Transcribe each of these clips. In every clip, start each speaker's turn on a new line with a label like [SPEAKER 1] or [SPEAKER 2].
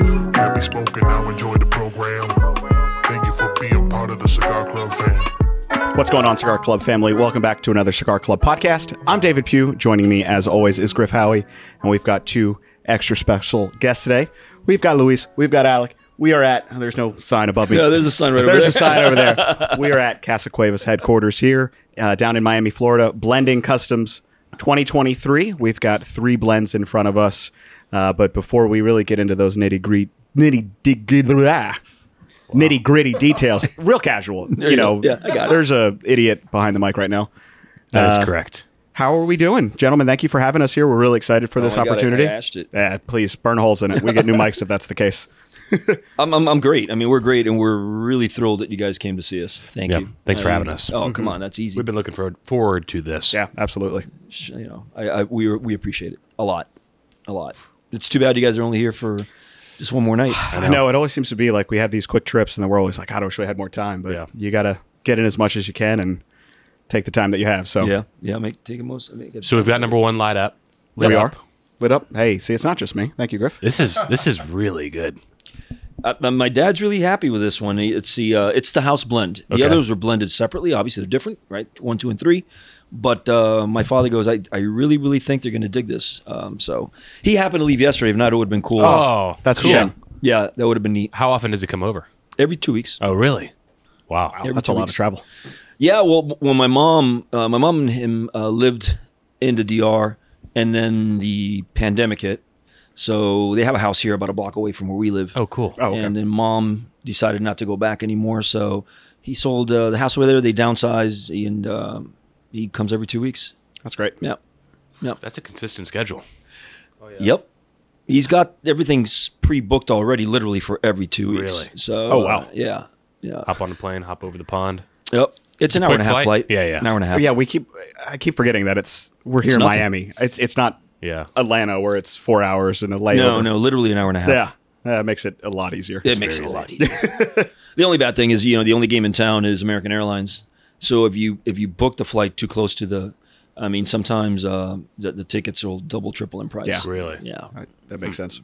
[SPEAKER 1] quit smoking, now enjoy the program. Thank you for being part of the Cigar Club fam.
[SPEAKER 2] What's going on, Cigar Club family? Welcome back to another Cigar Club podcast. I'm David Pugh. Joining me, as always, is Griff Howie, and we've got two extra special guests today. We've got Luis, we've got Alec. We are at, there's no sign above me.
[SPEAKER 3] No, there's a sign right over
[SPEAKER 2] There's
[SPEAKER 3] there.
[SPEAKER 2] a sign over there. We are at Casa Cuevas headquarters here uh, down in Miami, Florida, Blending Customs 2023. We've got three blends in front of us. Uh, but before we really get into those nitty gritty, nitty diggy, nitty gritty details, real casual, you,
[SPEAKER 3] you
[SPEAKER 2] know,
[SPEAKER 3] go. Yeah, I got it.
[SPEAKER 2] there's a idiot behind the mic right now.
[SPEAKER 4] That
[SPEAKER 2] Uh,
[SPEAKER 4] is correct.
[SPEAKER 2] How are we doing, gentlemen? Thank you for having us here. We're really excited for this
[SPEAKER 3] I Oh, got it. I
[SPEAKER 2] opportunity.
[SPEAKER 3] ashed it.
[SPEAKER 2] Yeah, please burn holes in it. We get new mics if that's the case.
[SPEAKER 3] I'm, I'm, I'm great. I mean, we're great, and we're really thrilled that you guys came to see us. Thank
[SPEAKER 4] Yeah.
[SPEAKER 3] you.
[SPEAKER 4] Thanks
[SPEAKER 3] I
[SPEAKER 4] for
[SPEAKER 3] mean,
[SPEAKER 4] having us.
[SPEAKER 3] Oh,
[SPEAKER 2] Mm-hmm.
[SPEAKER 3] come on, that's easy.
[SPEAKER 4] We've been looking forward forward to this.
[SPEAKER 2] Yeah, absolutely.
[SPEAKER 3] Sh- You know, I, I, we were- we appreciate it a lot, a lot. It's too bad you guys are only here for just one more night.
[SPEAKER 2] I know it always seems to be like we have these quick trips, and then we're always like, "God, "I wish we had more time." But
[SPEAKER 4] Yeah.
[SPEAKER 2] you got to get in as much as you can and take the time that you have. So
[SPEAKER 3] Yeah, yeah. Make take a most. Make it-
[SPEAKER 4] So we've got number one light up.
[SPEAKER 2] there
[SPEAKER 4] Lit
[SPEAKER 2] we
[SPEAKER 4] up.
[SPEAKER 2] are lit up. Hey, see, it's not just me. Thank you, Griff.
[SPEAKER 4] This is this is really good.
[SPEAKER 3] Uh, uh, my dad's really happy with this one. It's the uh, it's the house blend. The
[SPEAKER 4] Okay.
[SPEAKER 3] others were blended separately. Obviously, they're different, right? One, two, and three. But uh, my father goes, I, I really, really think they're going to dig this. Um, so he happened to leave yesterday. If not, it would have been cool.
[SPEAKER 4] Oh,
[SPEAKER 2] That's a
[SPEAKER 4] cool.
[SPEAKER 2] shame.
[SPEAKER 3] yeah, that would have been neat.
[SPEAKER 4] How often does it come over?
[SPEAKER 3] Every two weeks.
[SPEAKER 4] Oh, really? Wow.
[SPEAKER 3] Every
[SPEAKER 2] That's
[SPEAKER 3] two
[SPEAKER 2] a lot
[SPEAKER 3] weeks.
[SPEAKER 2] of travel.
[SPEAKER 3] Yeah, well, b- when my mom, uh, my mom and him uh, lived in the DR, and then the pandemic hit, so they have a house here about a block away from where we live.
[SPEAKER 4] Oh, cool.
[SPEAKER 2] Oh, okay.
[SPEAKER 3] And then mom decided not to go back anymore, so he sold uh, the house over there. They downsized, and um he comes every two weeks.
[SPEAKER 2] That's great.
[SPEAKER 3] Yeah.
[SPEAKER 4] That's a consistent schedule.
[SPEAKER 3] Yep. He's got everything pre-booked already, literally for every two weeks.
[SPEAKER 4] Really?
[SPEAKER 3] So.
[SPEAKER 2] Oh, wow.
[SPEAKER 3] uh, yeah. Yeah.
[SPEAKER 4] Hop on the plane, hop over the pond.
[SPEAKER 3] Yep. It's an hour
[SPEAKER 4] quick
[SPEAKER 3] and a half flight.
[SPEAKER 4] flight? Yeah, yeah.
[SPEAKER 3] An hour and a half.
[SPEAKER 2] But yeah, we keep. I keep forgetting that it's we're here in
[SPEAKER 3] nothing.
[SPEAKER 2] Miami. It's it's not
[SPEAKER 4] Yeah.
[SPEAKER 2] Atlanta where it's four hours and a layover.
[SPEAKER 3] No, no, literally an hour and a half.
[SPEAKER 2] Yeah, that makes it a lot easier.
[SPEAKER 3] It makes it a lot easier. the only bad thing is, you know, the only game in town is American Airlines. So if you if you book the flight too close to the, I mean, sometimes uh, the, the tickets will double, triple in price.
[SPEAKER 2] Yeah.
[SPEAKER 4] Really?
[SPEAKER 3] Yeah.
[SPEAKER 2] Right, that makes sense.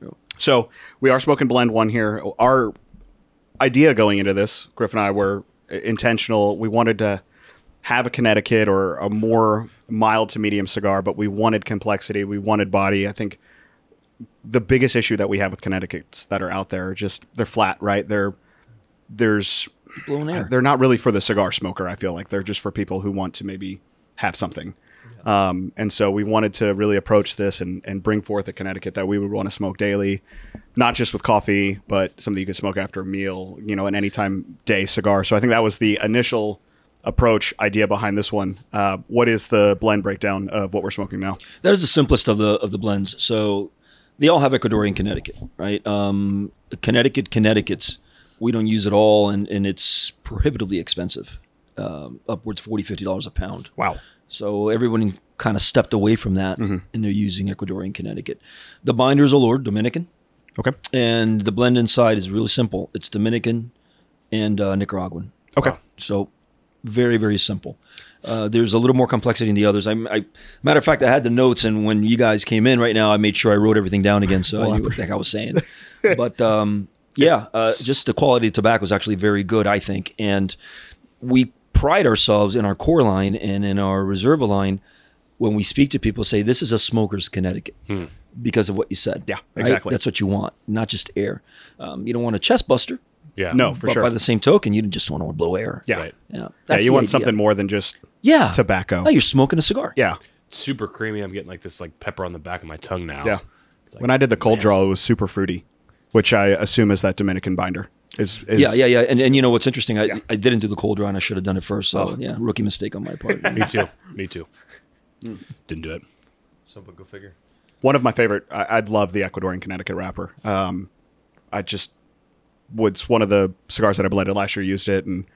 [SPEAKER 2] So we are smoking blend one here. Our idea going into this, Griff and I were intentional. We wanted to have a Connecticut or a more mild to medium cigar, but we wanted complexity. We wanted body. I think the biggest issue that we have with Connecticuts that are out there are just they're flat, right? They're there's
[SPEAKER 3] Blown air.
[SPEAKER 2] they're not really for the cigar smoker. I feel like they're just for people who want to maybe have something. Um, and so we wanted to really approach this and, and bring forth a Connecticut that we would want to smoke daily, not just with coffee, but something you could smoke after a meal, you know, an anytime day cigar. So I think that was the initial approach idea behind this one. Uh, what is the blend breakdown of what we're smoking now?
[SPEAKER 3] That is the simplest of the of the blends. So they all have Ecuadorian Connecticut, right? Um, Connecticut, Connecticut's we don't use at all, and and it's prohibitively expensive, um, upwards 40 50 dollars a pound.
[SPEAKER 2] Wow.
[SPEAKER 3] So everyone kind of stepped away from that, and they're using Ecuadorian Connecticut. The binders are Lord Dominican,
[SPEAKER 2] Okay.
[SPEAKER 3] and the blend inside is really simple. It's Dominican and uh, Nicaraguan.
[SPEAKER 2] Okay.
[SPEAKER 3] So very very simple. Uh, there's a little more complexity in the others. I, I matter of fact, I had the notes, and when you guys came in right now, I made sure I wrote everything down again, so I knew what the heck I was saying. But um, yeah, uh, just the quality of tobacco is actually very good, I think, and we pride ourselves in our core line and in our reserve line. When we speak to people, say this is a smoker's Connecticut because of what you said.
[SPEAKER 2] Yeah,
[SPEAKER 3] right?
[SPEAKER 2] exactly.
[SPEAKER 3] That's what you want, not just air. Um, you don't want a chest buster,
[SPEAKER 4] Yeah.
[SPEAKER 2] No, for
[SPEAKER 3] but
[SPEAKER 2] sure.
[SPEAKER 3] by the same token, you just want to blow air.
[SPEAKER 2] yeah.
[SPEAKER 4] Right.
[SPEAKER 3] Yeah,
[SPEAKER 2] Yeah.
[SPEAKER 3] that's
[SPEAKER 2] You
[SPEAKER 3] the
[SPEAKER 2] want
[SPEAKER 3] idea.
[SPEAKER 2] something more than just,
[SPEAKER 3] Yeah,
[SPEAKER 2] tobacco.
[SPEAKER 3] Oh, you're smoking a cigar.
[SPEAKER 2] yeah.
[SPEAKER 4] Super creamy. I'm getting like this like pepper on the back of my tongue now.
[SPEAKER 2] Yeah.
[SPEAKER 4] It's like-
[SPEAKER 2] when I did the cold draw, it was super fruity, which I assume is that Dominican binder. Is, is
[SPEAKER 3] yeah, yeah, yeah. And and you know what's interesting? I, I didn't do the cold draw, and I should have done it first. So
[SPEAKER 2] Oh.
[SPEAKER 3] yeah, rookie mistake on my part.
[SPEAKER 4] Me too. Me too.
[SPEAKER 2] Mm.
[SPEAKER 4] Didn't do it.
[SPEAKER 5] Something go figure.
[SPEAKER 2] One of my favorite. I, I'd love the Ecuadorian Connecticut wrapper. Um, I just was one of the cigars that I blended last year. Used it, and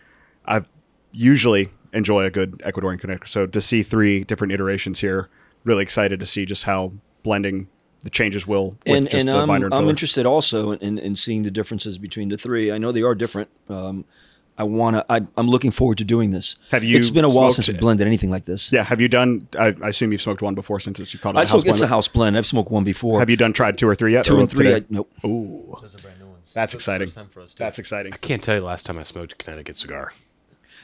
[SPEAKER 2] I usually enjoy a good Ecuadorian Connecticut. So to see three different iterations here, really excited to see just how blending the changes will with
[SPEAKER 3] and
[SPEAKER 2] just
[SPEAKER 3] and
[SPEAKER 2] the
[SPEAKER 3] I'm,
[SPEAKER 2] binder and
[SPEAKER 3] I'm
[SPEAKER 2] filler.
[SPEAKER 3] interested also in, in, in seeing the differences between the three. I know they are different. Um, I want to. I, I'm looking forward to doing this.
[SPEAKER 2] Have you
[SPEAKER 3] It's been a while since
[SPEAKER 2] smoked
[SPEAKER 3] we blended anything like this.
[SPEAKER 2] Yeah. Have you done? I, I assume you've smoked one before since it's- you called it
[SPEAKER 3] I
[SPEAKER 2] a house
[SPEAKER 3] smoke. It's
[SPEAKER 2] blend.
[SPEAKER 3] a house blend. I've smoked one before.
[SPEAKER 2] Have you done tried two or three yet?
[SPEAKER 3] two
[SPEAKER 2] or
[SPEAKER 3] and three? I,
[SPEAKER 2] today?
[SPEAKER 3] nope.
[SPEAKER 2] Ooh,
[SPEAKER 5] Those are brand new ones.
[SPEAKER 2] that's
[SPEAKER 5] So it's the
[SPEAKER 2] exciting.
[SPEAKER 5] first time for us, too.
[SPEAKER 2] That's exciting.
[SPEAKER 4] Can't tell you the last time I smoked a Connecticut cigar.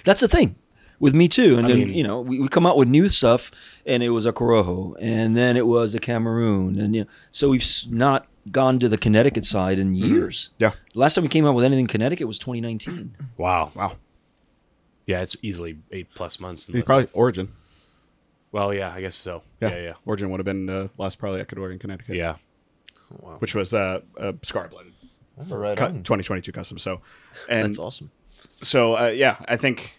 [SPEAKER 3] That's the thing with me too. And then
[SPEAKER 4] mean-
[SPEAKER 3] you know we, we come out with new stuff, and it was a Corojo, and then it was a Cameroon, and you know, so we've s- not gone to the Connecticut side in
[SPEAKER 5] Mm-hmm.
[SPEAKER 3] years.
[SPEAKER 2] Yeah.
[SPEAKER 3] Last time we came out with anything Connecticut was 2019.
[SPEAKER 4] Wow.
[SPEAKER 2] Wow.
[SPEAKER 4] Yeah, it's easily eight plus months.
[SPEAKER 2] You
[SPEAKER 4] unless-
[SPEAKER 2] probably Origin.
[SPEAKER 4] well, yeah, I guess so.
[SPEAKER 2] Yeah.
[SPEAKER 4] Yeah, yeah,
[SPEAKER 2] Origin would have been the last probably I could order in Connecticut.
[SPEAKER 4] yeah.
[SPEAKER 5] Wow.
[SPEAKER 2] Which was uh, a scar blended
[SPEAKER 5] Oh, right
[SPEAKER 2] cu-
[SPEAKER 5] on.
[SPEAKER 2] 2022 custom. So, and
[SPEAKER 5] That's awesome.
[SPEAKER 2] so uh, yeah, I think.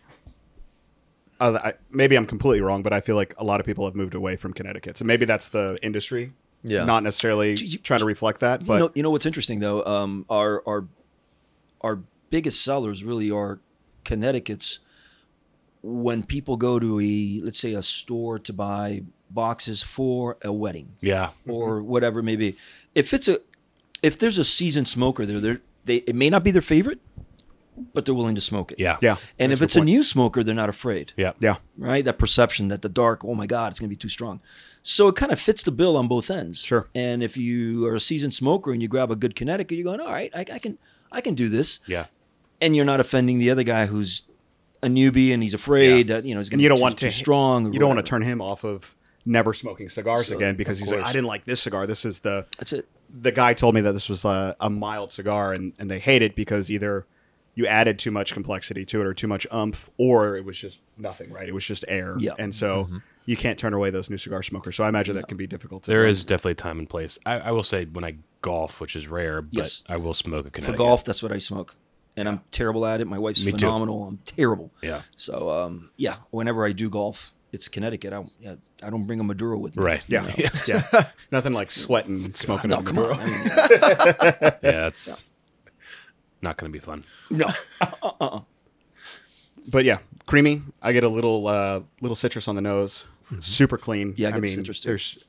[SPEAKER 2] Uh, I, maybe I'm completely wrong, but I feel like a lot of people have moved away from Connecticut. So maybe that's the industry.
[SPEAKER 5] Yeah.
[SPEAKER 2] Not necessarily
[SPEAKER 3] you-
[SPEAKER 2] trying to reflect that, but
[SPEAKER 3] you know, you know what's interesting though? Um, our our our biggest sellers really are Connecticut's. When people go to a let's say a store to buy boxes for a wedding,
[SPEAKER 4] Yeah.
[SPEAKER 2] Mm-hmm.
[SPEAKER 3] or whatever it may be. If it's a if there's a seasoned smoker there, they're- they it may not be their favorite, but they're willing to smoke it.
[SPEAKER 4] Yeah.
[SPEAKER 2] yeah.
[SPEAKER 3] And
[SPEAKER 2] that's a
[SPEAKER 3] if
[SPEAKER 2] good
[SPEAKER 3] it's
[SPEAKER 2] point.
[SPEAKER 3] a new smoker, they're not afraid.
[SPEAKER 4] Yeah.
[SPEAKER 2] yeah,
[SPEAKER 3] Right? That perception that the dark, oh my God, it's gonna be too strong. So it kind of fits the bill on both ends.
[SPEAKER 2] Sure.
[SPEAKER 3] And if you are a seasoned smoker and you grab a good Connecticut, you're going, all right, I, I can I can do this.
[SPEAKER 4] Yeah.
[SPEAKER 3] And you're not offending the other guy who's a newbie and he's afraid that you know he's gonna
[SPEAKER 2] and you don't
[SPEAKER 3] be
[SPEAKER 2] want
[SPEAKER 3] too,
[SPEAKER 2] to
[SPEAKER 3] too strong. or
[SPEAKER 2] You don't want to
[SPEAKER 3] whatever.
[SPEAKER 2] turn him off of never smoking cigars again because he's like,
[SPEAKER 4] course.
[SPEAKER 2] I didn't like this cigar. This is the
[SPEAKER 3] That's it.
[SPEAKER 2] the guy told me that this was a, a mild cigar and and they hate it because either you added too much complexity to it or too much umph or it was just nothing. Right? It was just air.
[SPEAKER 3] Yeah.
[SPEAKER 2] And so
[SPEAKER 4] Mm-hmm.
[SPEAKER 2] you can't turn away those new cigar smokers. So I imagine that can be difficult. To
[SPEAKER 4] There is definitely time and place. I, I will say when I golf, which is rare, but
[SPEAKER 3] Yes.
[SPEAKER 4] I will smoke a
[SPEAKER 3] for
[SPEAKER 4] Connecticut.
[SPEAKER 3] golf, that's what I smoke, and I'm terrible at it. My wife's
[SPEAKER 4] Me too.
[SPEAKER 3] phenomenal. I'm terrible.
[SPEAKER 4] Yeah.
[SPEAKER 3] So, um, yeah, whenever I do golf, it's Connecticut. I yeah, I don't bring a Maduro with me.
[SPEAKER 4] Right.
[SPEAKER 3] you
[SPEAKER 2] Yeah.
[SPEAKER 3] know?
[SPEAKER 2] Yeah. yeah. Nothing like sweating and smoking.
[SPEAKER 3] Oh, No,
[SPEAKER 2] up
[SPEAKER 3] come
[SPEAKER 2] your-
[SPEAKER 3] on. I mean,
[SPEAKER 4] Yeah, that's not going to be fun.
[SPEAKER 3] no.
[SPEAKER 2] But yeah, creamy. I get a little uh, little citrus on the nose.
[SPEAKER 4] Mm-hmm.
[SPEAKER 2] Super clean.
[SPEAKER 3] Yeah, I get
[SPEAKER 2] mean,
[SPEAKER 3] citrus too.
[SPEAKER 2] there's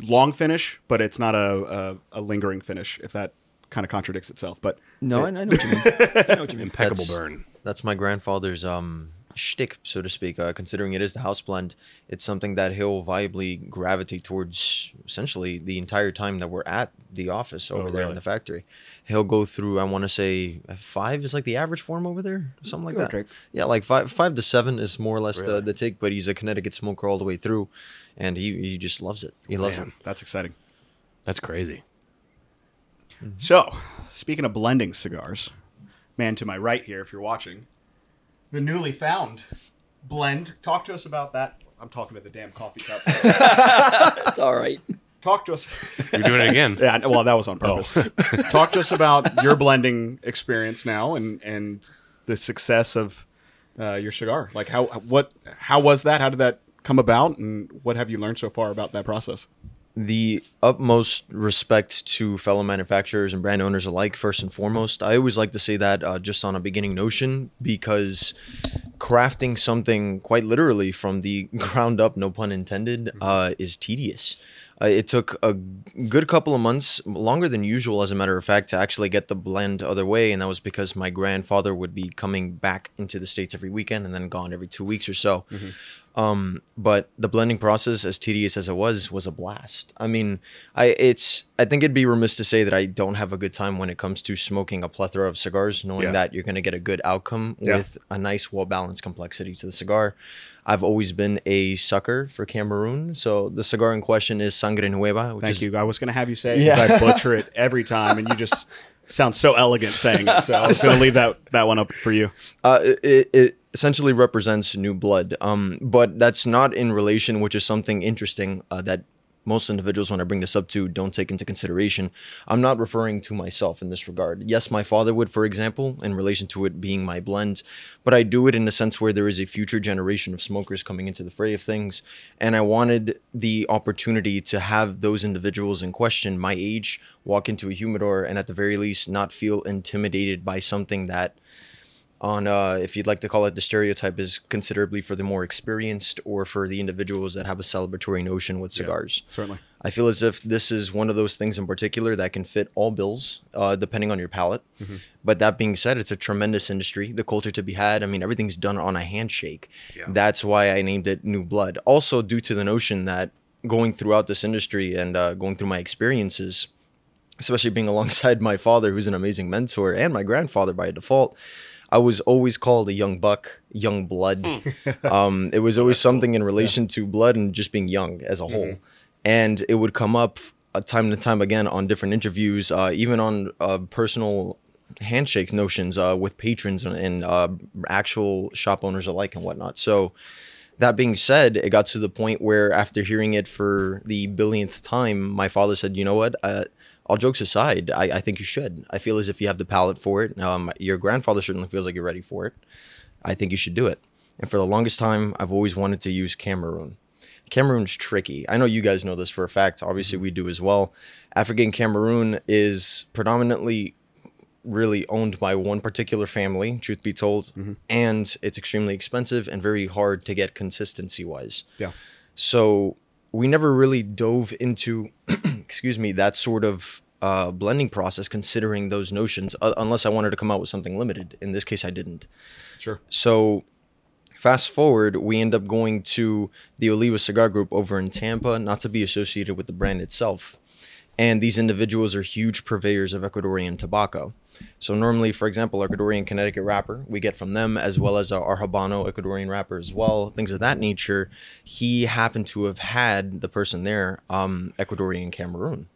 [SPEAKER 2] long finish, but it's not a a, a lingering finish. If that kind of contradicts itself, but
[SPEAKER 3] No, I, I know what you mean. I know what you mean.
[SPEAKER 4] Impeccable
[SPEAKER 5] That's-
[SPEAKER 4] burn.
[SPEAKER 5] That's my grandfather's um shtick, so to speak. Uh, considering it is the house blend, it's something that he'll viably gravitate towards essentially the entire time that we're at the office
[SPEAKER 3] Oh,
[SPEAKER 5] over there
[SPEAKER 4] really?
[SPEAKER 5] in the factory. He'll go through, I want to say uh, five is like the average form over there, something like
[SPEAKER 3] Give or
[SPEAKER 5] that.
[SPEAKER 3] take.
[SPEAKER 5] Yeah, like five five to seven is more or less the, the take, but he's a Connecticut smoker all the way through, and he, he just loves it. He loves
[SPEAKER 4] Man.
[SPEAKER 5] it.
[SPEAKER 2] that's exciting.
[SPEAKER 4] That's crazy.
[SPEAKER 2] So, speaking of blending cigars, man to my right here, if you're watching, the newly found blend. Talk to us about that. I'm talking to the damn coffee cup.
[SPEAKER 3] That's all right.
[SPEAKER 2] Talk to us.
[SPEAKER 4] You're doing it again.
[SPEAKER 2] Yeah, I- well, that was on purpose. Talk to us about your blending experience now and and the success of uh, your cigar. Like how what how was that? How did that come about? And what have you learned so far about that process?
[SPEAKER 5] the utmost respect to fellow manufacturers and brand owners alike, first and foremost. I always like to say that uh, just on a beginning notion because crafting something quite literally from the ground up, no pun intended, uh, is tedious. Uh, it took a good couple of months, longer than usual, as a matter of fact, to actually get the blend other way. And that was because my grandfather would be coming back into the States every weekend and then gone every two weeks or so. Um, but the blending process, as tedious as it was, was a blast. I mean, I it's I think it'd be remiss to say that I don't have a good time when it comes to smoking a plethora of cigars, knowing
[SPEAKER 2] Yeah.
[SPEAKER 5] that you're gonna get a good outcome
[SPEAKER 2] Yeah.
[SPEAKER 5] with a nice, well balanced complexity to the cigar. I've always been a sucker for Cameroon, so the cigar in question is Sangre Nueva. Which
[SPEAKER 2] Thank
[SPEAKER 5] is,
[SPEAKER 2] you. I was going to have you say it 'cause I butcher it every time, and you just sound so elegant saying it. So I was going to leave that that one up for you.
[SPEAKER 5] Uh, it, it essentially represents new blood, um, but that's not in relation, which is something interesting uh, that most individuals, when I bring this up to, don't take into consideration. I'm not referring to myself in this regard. Yes, my father would, for example, in relation to it being my blend, but I do it in a sense where there is a future generation of smokers coming into the fray of things, and I wanted the opportunity to have those individuals in question, my age, walk into a humidor and at the very least not feel intimidated by something that on uh, if you'd like to call it the stereotype is considerably for the more experienced or for the individuals that have a celebratory notion with cigars
[SPEAKER 2] Certainly.
[SPEAKER 5] I feel as if this is one of those things in particular that can fit all bills, uh, depending on your palate. But that being said, it's a tremendous industry. The culture to be had. I mean, everything's done on a handshake. That's why I named it New Blood. Also, due to the notion that going throughout this industry and uh, going through my experiences, especially being alongside my father, who's an amazing mentor, and my grandfather by default, I was always called a young buck, young blood. um, it was always something in relation to blood and just being young as a whole. And it would come up uh, time to time again on different interviews, uh, even on uh, personal handshake notions uh, with patrons and, and uh, actual shop owners alike and whatnot. So, that being said, it got to the point where after hearing it for the billionth time, my father said, "You know what? Uh, all jokes aside, I, I think you should. I feel as if you have the palate for it. Um, your grandfather certainly feels like you're ready for it. I think you should do it." And for the longest time, I've always wanted to use Cameroon. Cameroon's tricky. I know you guys know this for a fact. Obviously, we do as well. African Cameroon is predominantly really owned by one particular family, truth be told,
[SPEAKER 2] Mm-hmm.
[SPEAKER 5] and it's extremely expensive and very hard to get consistency wise.
[SPEAKER 2] Yeah.
[SPEAKER 5] So we never really dove into, excuse me, that sort of uh, blending process, considering those notions, uh, unless I wanted to come out with something limited. In this case, I didn't.
[SPEAKER 2] Sure.
[SPEAKER 5] So fast forward, we end up going to the Oliva Cigar Group over in Tampa, not to be associated with the brand itself. And these individuals are huge purveyors of Ecuadorian tobacco. So normally, for example, Ecuadorian Connecticut wrapper we get from them, as well as our Habano Ecuadorian wrapper as well, things of that nature. He happened to have had the person there, um, Ecuadorian Cameroon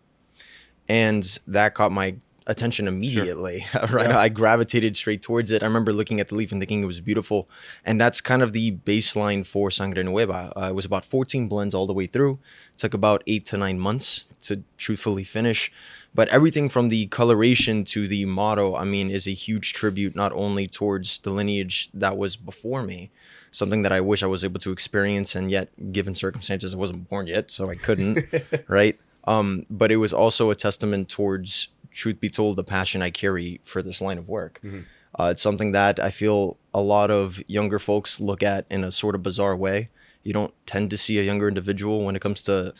[SPEAKER 5] and that caught my attention immediately right i gravitated straight towards it i remember looking at the leaf and thinking it was beautiful and that's kind of the baseline for sangre nueva uh, it was about 14 blends all the way through it took about eight to nine months to truthfully finish but everything from the coloration to the motto i mean is a huge tribute not only towards the lineage that was before me something that i wish i was able to experience and yet given circumstances i wasn't born yet so i couldn't right um, but it was also a testament towards, truth be told, the passion I carry for this line of work.
[SPEAKER 4] Mm-hmm.
[SPEAKER 5] Uh, it's something that I feel a lot of younger folks look at in a sort of bizarre way. You don't tend to see a younger individual when it comes to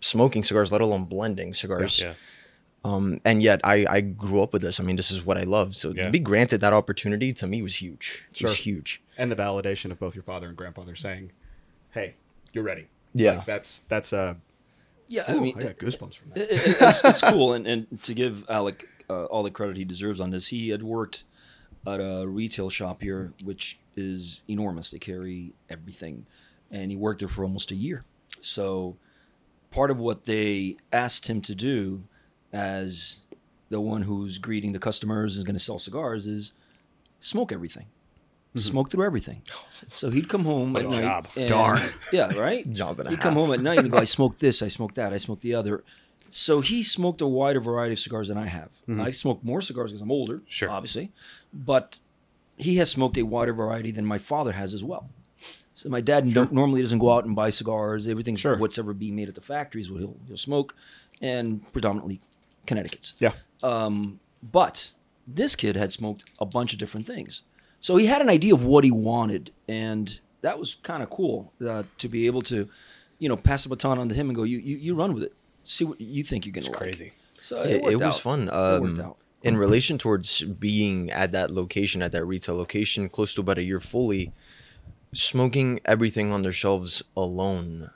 [SPEAKER 5] smoking cigars, let alone blending cigars.
[SPEAKER 4] Yeah.
[SPEAKER 5] Um, and yet, I, I grew up with this. I mean, this is what I love. So,
[SPEAKER 4] Yeah.
[SPEAKER 5] to be granted that opportunity to me was huge. It was huge.
[SPEAKER 2] and the validation of both your father and grandfather saying, "Hey, you're ready."
[SPEAKER 5] Yeah.
[SPEAKER 2] Like, that's that's uh,
[SPEAKER 3] Yeah,
[SPEAKER 2] ooh,
[SPEAKER 3] I mean,
[SPEAKER 2] got goosebumps from that.
[SPEAKER 3] it- it- it's, it's cool, and, and to give Alec uh, all the credit he deserves on this, he had worked at a retail shop here, which is enormous. They carry everything, and he worked there for almost a year. So, part of what they asked him to do, as the one who's greeting the customers and is going to sell cigars, is smoke everything, smoke through everything. So he'd come home at
[SPEAKER 4] Mm-hmm. a
[SPEAKER 3] night.
[SPEAKER 4] job.
[SPEAKER 3] and-
[SPEAKER 2] Darn.
[SPEAKER 3] Yeah. Right.
[SPEAKER 5] Job and a
[SPEAKER 3] He'd come
[SPEAKER 5] half.
[SPEAKER 3] home at night and go, I smoked this, I smoked that, I smoked the other. So he smoked a wider variety of cigars than I have. I smoke more cigars because I'm older,
[SPEAKER 4] Sure.
[SPEAKER 3] obviously, but he has smoked a wider variety than my father has as well. So my dad don't- normally doesn't go out and buy cigars. Everything's
[SPEAKER 2] Sure.
[SPEAKER 3] what's ever being made at the factories, what he'll, he'll smoke, and predominantly Connecticut's.
[SPEAKER 2] Yeah.
[SPEAKER 3] But this kid had smoked a bunch of different things. So he had an idea of what he wanted. And that was kind of cool uh, to be able to, you know, pass the baton on to him and go, you, you, you run with it. See what you think you're going to like.
[SPEAKER 4] crazy.
[SPEAKER 3] So
[SPEAKER 5] it,
[SPEAKER 3] it,
[SPEAKER 5] it
[SPEAKER 3] worked
[SPEAKER 5] was
[SPEAKER 3] out.
[SPEAKER 5] fun.
[SPEAKER 3] it worked
[SPEAKER 5] Um,
[SPEAKER 3] out. Mm-hmm.
[SPEAKER 5] In relation towards being at that location, at that retail location, close to about a year fully, smoking everything on their shelves alone.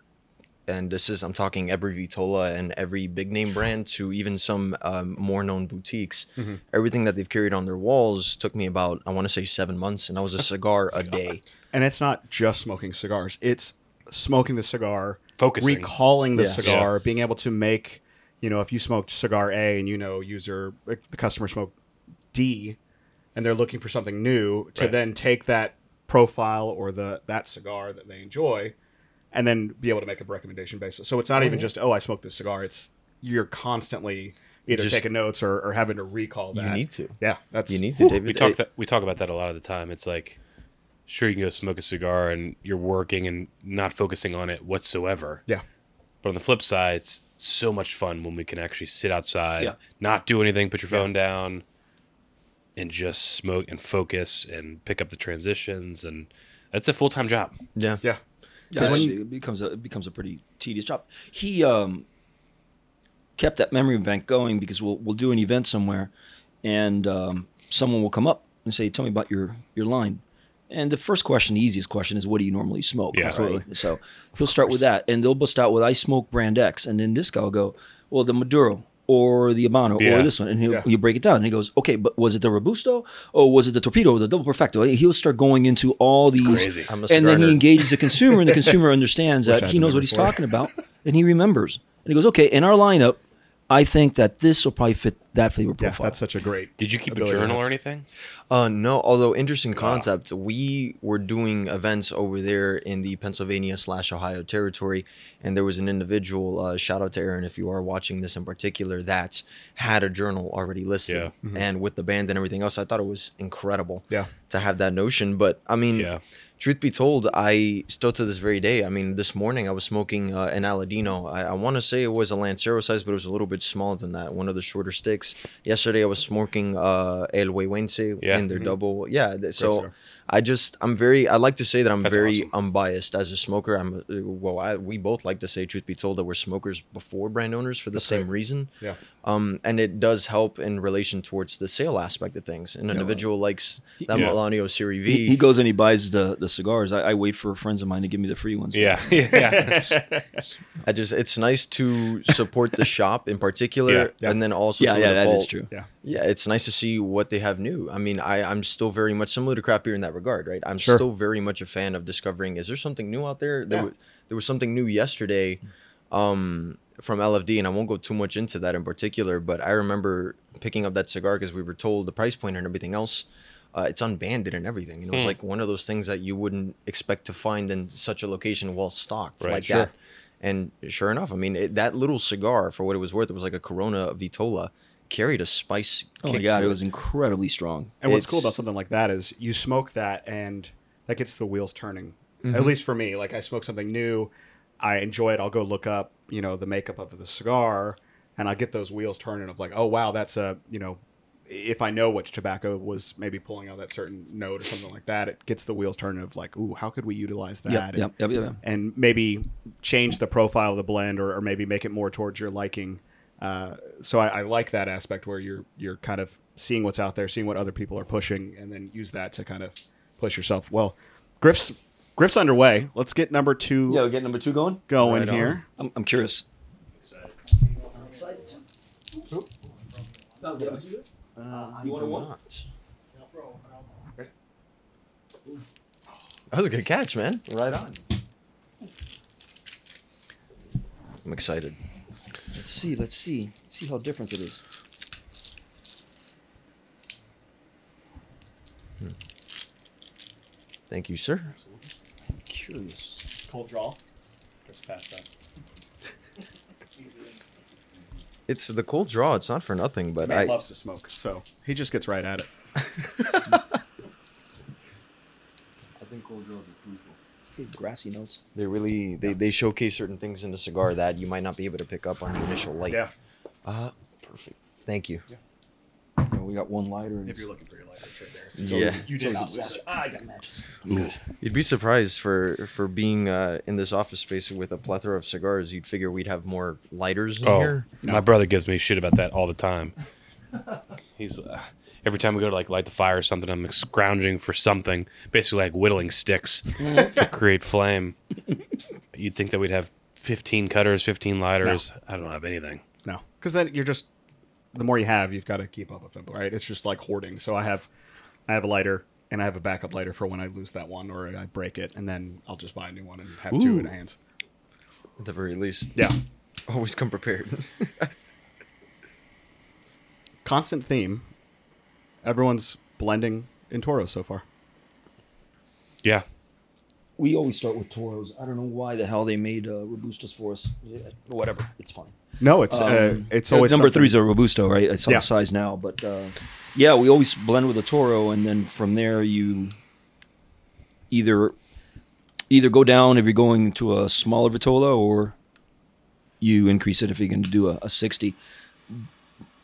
[SPEAKER 5] And this is, I'm talking every Vitola and every big name brand to even some um, more known boutiques.
[SPEAKER 3] Mm-hmm.
[SPEAKER 5] Everything that they've carried on their walls took me about, I want to say seven months, and I was a cigar a day.
[SPEAKER 2] and it's not just smoking cigars; it's smoking the cigar,
[SPEAKER 4] Focusing.
[SPEAKER 2] recalling the
[SPEAKER 5] Yeah.
[SPEAKER 2] cigar, being able to make, you know, if you smoked cigar A and you know user like, the customer smoked D, and they're looking for something new to
[SPEAKER 4] Right.
[SPEAKER 2] then take that profile or the that cigar that they enjoy. And then be able to make a recommendation basis. So it's not even just oh, I smoked this cigar. It's you're constantly either
[SPEAKER 5] Just-
[SPEAKER 2] taking notes or, or having to recall that.
[SPEAKER 5] need to.
[SPEAKER 2] Yeah, that's
[SPEAKER 5] You need to, David.
[SPEAKER 4] We
[SPEAKER 5] It-
[SPEAKER 4] talk that we talk about that a lot of the time. It's like sure you can go smoke a cigar and you're working and not focusing on it whatsoever.
[SPEAKER 2] Yeah.
[SPEAKER 4] But on the flip side, it's so much fun when we can actually sit outside,
[SPEAKER 3] Yeah.
[SPEAKER 4] not do anything, put your phone down, and just smoke and focus and pick up the transitions. And that's a full time job.
[SPEAKER 5] yeah.
[SPEAKER 2] Yeah.
[SPEAKER 3] Yeah, it becomes a it becomes a pretty tedious job. He um kept that memory bank going because we'll we'll do an event somewhere, and um, someone will come up and say, "Tell me about your your line." And the first question, the easiest question, is what do you normally smoke?
[SPEAKER 4] Yeah.
[SPEAKER 3] Absolutely. So he'll start with that, and they'll bust out with I smoke brand X, and then this guy will go, well, the Maduro or the Habano
[SPEAKER 4] Yeah.
[SPEAKER 3] or this one, and he'll you break it down, and he goes, okay, but was it the Robusto or was it the Torpedo or the Double Perfecto? He'll start going into all these,
[SPEAKER 4] crazy. I'm
[SPEAKER 5] a
[SPEAKER 3] and then
[SPEAKER 5] cigar
[SPEAKER 3] he
[SPEAKER 5] nerd.
[SPEAKER 3] engages the consumer, and the consumer understands that he knows what he's talking about, and he remembers, and he goes, okay, in our lineup, I think that this will probably fit that flavor
[SPEAKER 2] Yeah,
[SPEAKER 3] profile.
[SPEAKER 2] that's such a great.
[SPEAKER 4] Did you keep a
[SPEAKER 2] ability to
[SPEAKER 4] journal
[SPEAKER 2] have.
[SPEAKER 4] or anything?
[SPEAKER 5] Uh, no, although interesting concept. We were doing events over there in the Pennsylvania slash Ohio territory, and there was an individual. Uh, shout out to Aaron if you are watching this in particular. That had a journal already listed,
[SPEAKER 4] Yeah.
[SPEAKER 5] and with the band and everything else, I thought it was incredible.
[SPEAKER 2] Yeah.
[SPEAKER 5] to have that notion, but I mean,
[SPEAKER 4] Yeah.
[SPEAKER 5] truth be told, I still to this very day. I mean, this morning I was smoking uh, an Aladino. I, I want to say it was a Lancero size, but it was a little bit smaller than that, one of the shorter sticks. Yesterday I was smoking uh, El Huehuense
[SPEAKER 4] Yeah.
[SPEAKER 5] in their
[SPEAKER 3] Mm-hmm.
[SPEAKER 5] double. Yeah, th- so
[SPEAKER 2] cigar.
[SPEAKER 5] I just I'm very I like to say that I'm
[SPEAKER 4] That's
[SPEAKER 5] very
[SPEAKER 4] awesome.
[SPEAKER 5] unbiased as a smoker. I'm uh, well, I, we both like to say, truth be told, that we're smokers before brand owners for the same reason.
[SPEAKER 2] Yeah.
[SPEAKER 5] Um, and it does help in relation towards the sale aspect of things. An individual likes that
[SPEAKER 4] Yeah.
[SPEAKER 5] Milanio Serie V.
[SPEAKER 3] he, he goes and he buys the the cigars. I, I wait for friends of mine to give me the free ones.
[SPEAKER 4] Yeah. yeah.
[SPEAKER 5] I just it's nice to support the shop in particular,
[SPEAKER 4] Yeah,
[SPEAKER 2] yeah.
[SPEAKER 5] and then also
[SPEAKER 3] yeah,
[SPEAKER 5] to
[SPEAKER 3] yeah,
[SPEAKER 5] an
[SPEAKER 3] that
[SPEAKER 5] evolve-
[SPEAKER 3] is true.
[SPEAKER 2] Yeah.
[SPEAKER 5] Yeah, it's nice to see what they have new. I mean, I I'm still very much similar to craft beer in that regard, right? I'm still very much a fan of discovering is there something new out there? There
[SPEAKER 2] Yeah.
[SPEAKER 5] was there was something new yesterday um from LFD and I won't go too much into that in particular, but I remember picking up that cigar cuz we were told the price point and everything else. Uh, it's unbanded and everything. And
[SPEAKER 3] Hmm.
[SPEAKER 5] it was like one of those things that you wouldn't expect to find in such a location well stocked
[SPEAKER 4] Right,
[SPEAKER 5] like
[SPEAKER 4] sure.
[SPEAKER 5] that. And sure enough, I mean, it, that little cigar, for what it was worth, it was like a Corona Vitola, carried a spice.
[SPEAKER 3] Oh my
[SPEAKER 5] kick
[SPEAKER 3] god,
[SPEAKER 5] to
[SPEAKER 3] it was incredibly strong.
[SPEAKER 2] And what's cool
[SPEAKER 5] It's-
[SPEAKER 2] about something like that is you smoke that and that gets the wheels turning.
[SPEAKER 3] Mm-hmm.
[SPEAKER 2] At least for me, like I smoke something new, I enjoy it. I'll go look up, you know, the makeup of the cigar, and I get those wheels turning of like, oh wow, that's a, you know, if I know which tobacco was maybe pulling out that certain note or something like that, it gets the wheels turning of like, ooh, how could we utilize that?
[SPEAKER 3] Yep,
[SPEAKER 2] and,
[SPEAKER 3] yep, yep, yep, yep.
[SPEAKER 2] and maybe change the profile of the blend or, or maybe make it more towards your liking. Uh, so I, I like that aspect where you're you're kind of seeing what's out there, seeing what other people are pushing, and then use that to kind of push yourself. Well, Griff's Griff's underway. Let's get number two
[SPEAKER 3] Yeah, we get number two going.
[SPEAKER 2] going
[SPEAKER 5] right on.
[SPEAKER 2] here.
[SPEAKER 3] I'm, I'm curious. I'm excited. No, did Uh, you? you want one?
[SPEAKER 5] Not. That was a good catch, man. Right on. I'm excited.
[SPEAKER 3] Let's see. Let's see. Let's see how different it is.
[SPEAKER 5] Thank you, sir.
[SPEAKER 3] I'm curious.
[SPEAKER 2] Cold draw.
[SPEAKER 5] It's the cold draw. It's not for nothing, but I.
[SPEAKER 2] Man loves to smoke, so he just gets right at it.
[SPEAKER 3] I think cold draws are beautiful. Grassy notes.
[SPEAKER 5] They really they, they showcase certain things in the cigar that you might not be able to pick up on the initial light. Perfect. Thank you.
[SPEAKER 3] Yeah, we got one lighter. And
[SPEAKER 2] looking for your light, it's right there.
[SPEAKER 5] yeah.
[SPEAKER 2] You did not Ah, lose it.
[SPEAKER 3] I got matches.
[SPEAKER 5] You'd be surprised for for being uh, in this office space with a plethora of cigars. You'd figure we'd have more lighters in
[SPEAKER 4] Oh,
[SPEAKER 5] here.
[SPEAKER 4] my brother gives me shit about that all the time. He's uh, every time we go to like light the fire or something, I'm scrounging for something, basically like whittling sticks to create flame. You'd think that we'd have 15 cutters, 15 lighters. I don't have anything.
[SPEAKER 2] No, because then you're just the more you have, you've got to keep up with them, right? It's just like hoarding. So I have, I have a lighter and I have a backup lighter for when I lose that one or I break it, and then I'll just buy a new one and have two in
[SPEAKER 4] Ooh.
[SPEAKER 2] hands.
[SPEAKER 5] At the very least,
[SPEAKER 2] Yeah,
[SPEAKER 5] always come prepared.
[SPEAKER 2] constant theme. Everyone's blending in Toro so far.
[SPEAKER 4] Yeah,
[SPEAKER 3] we always start with toros. I don't know why the hell they made uh, robustos for us. Yeah, Whatever, it's fine.
[SPEAKER 2] No, it's uh,
[SPEAKER 3] Um,
[SPEAKER 2] it's always
[SPEAKER 3] number
[SPEAKER 2] something-
[SPEAKER 3] three's a robusto, right? I saw
[SPEAKER 2] Yeah.
[SPEAKER 3] the size now, but uh, yeah, we always blend with a toro, and then from there you either either go down if you're going to a smaller vitola, or you increase it if you're going to do a, a sixty.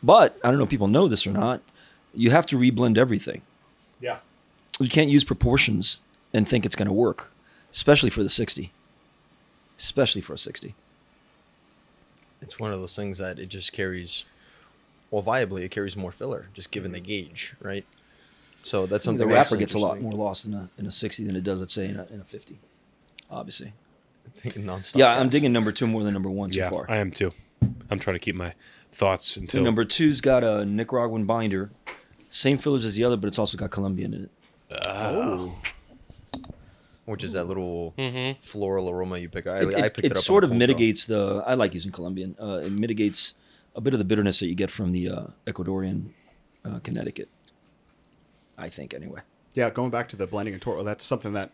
[SPEAKER 3] But I don't know if people know this or not. You have to reblend everything
[SPEAKER 2] Yeah,
[SPEAKER 3] you can't use proportions and think it's going to work, especially for the 60. Especially for a 60.
[SPEAKER 5] it's one of those things that it just carries. Well, viably, it carries more filler, just given the gauge, right? So that's
[SPEAKER 3] Mm-hmm. the
[SPEAKER 5] something that's
[SPEAKER 3] wrapper gets a lot
[SPEAKER 5] interesting.
[SPEAKER 3] more lost in a in a sixty than it does, let's say, in a, in a fifty. Obviously,
[SPEAKER 5] Thinking nonstop.
[SPEAKER 3] yeah, I'm
[SPEAKER 5] guys.
[SPEAKER 3] digging number two more than number one so
[SPEAKER 4] yeah,
[SPEAKER 3] far.
[SPEAKER 4] I am too. I'm trying to keep my thoughts until
[SPEAKER 3] number two's got a Nicaraguan binder, same fillers as the other, but it's also got Colombian in it.
[SPEAKER 5] which is that little floral aroma you pick. I,
[SPEAKER 3] It,
[SPEAKER 5] I
[SPEAKER 3] it-
[SPEAKER 5] picked it,
[SPEAKER 3] it
[SPEAKER 5] up. on
[SPEAKER 3] sort
[SPEAKER 5] a
[SPEAKER 3] of
[SPEAKER 5] cold draw.
[SPEAKER 3] mitigates the. I like using Colombian. Uh, it mitigates a bit of the bitterness that you get from the uh, Ecuadorian uh, Connecticut. I think anyway.
[SPEAKER 2] yeah, going back to the blending and toro, that's something that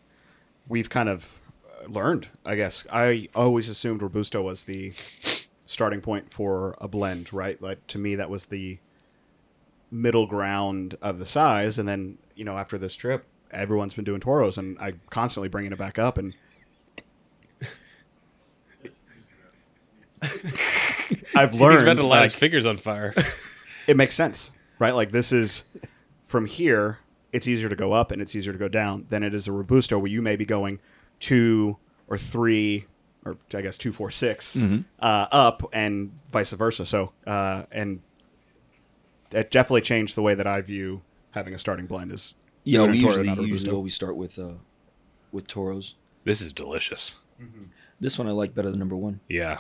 [SPEAKER 2] we've kind of uh, learned, I guess. I always assumed Robusto was the starting point for a blend, right? Like to me, that was the middle ground of the size. And then, you know, after this trip, everyone's been doing toros and I constantly bringing it back up. And I've learned
[SPEAKER 4] he's about to light
[SPEAKER 2] like,
[SPEAKER 4] his fingers on fire.
[SPEAKER 2] it makes sense, right? Like this is from here, it's easier to go up and it's easier to go down than it is a robusto where you may be going two or three or I guess two, four, six,
[SPEAKER 4] Mm-hmm.
[SPEAKER 2] uh, up and vice versa. So uh, and it definitely changed the way that I view having a starting blend is
[SPEAKER 3] Yeah,
[SPEAKER 2] doing a
[SPEAKER 3] we
[SPEAKER 2] Toro,
[SPEAKER 3] usually
[SPEAKER 2] not a
[SPEAKER 3] usually
[SPEAKER 2] Robusto.
[SPEAKER 3] always start with uh, with toros.
[SPEAKER 4] this is delicious.
[SPEAKER 3] This one I like better than number one.
[SPEAKER 4] Yeah,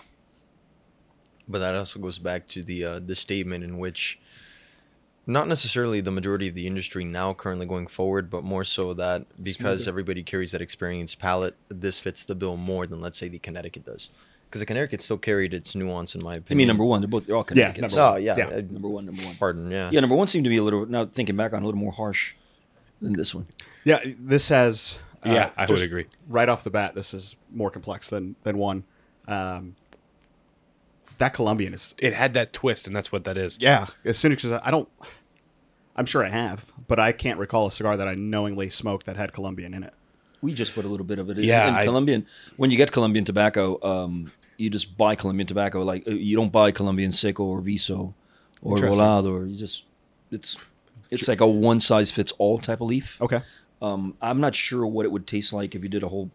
[SPEAKER 5] But that also goes back to the uh, the statement in which not necessarily the majority of the industry now currently going forward, but more so that because everybody carries that experience palette, this fits the bill more than let's say the Connecticut does. Because the Connecticut still carried its nuance in my opinion.
[SPEAKER 3] I mean, number one, they're both they're all Connecticut.
[SPEAKER 2] number
[SPEAKER 5] Oh yeah.
[SPEAKER 2] Yeah.
[SPEAKER 5] uh,
[SPEAKER 3] number one, number one.
[SPEAKER 5] Pardon, yeah.
[SPEAKER 3] Yeah, number one seemed to be a little. Now thinking back on it, a little more harsh than this one.
[SPEAKER 2] Yeah, this has. uh,
[SPEAKER 4] Yeah, I would
[SPEAKER 2] just
[SPEAKER 4] agree.
[SPEAKER 2] Right off the bat, this is more complex than than one. Um, that Colombian is
[SPEAKER 4] it had that twist, and that's what that is.
[SPEAKER 2] Yeah, as soon as I don't, I'm sure I have, but I can't recall a cigar that I knowingly smoked that had Colombian in it.
[SPEAKER 3] We just put a little bit of it in.
[SPEAKER 4] Yeah,
[SPEAKER 3] and
[SPEAKER 4] I-
[SPEAKER 3] Colombian. When you get Colombian tobacco, um, you just buy Colombian tobacco. Like uh, you don't buy Colombian Seco or Viso or
[SPEAKER 2] Interesting.
[SPEAKER 3] Rolado. Or you just it's it's like a one size fits all type of leaf.
[SPEAKER 2] Okay,
[SPEAKER 3] Um, I'm not sure what it would taste like if you did a whole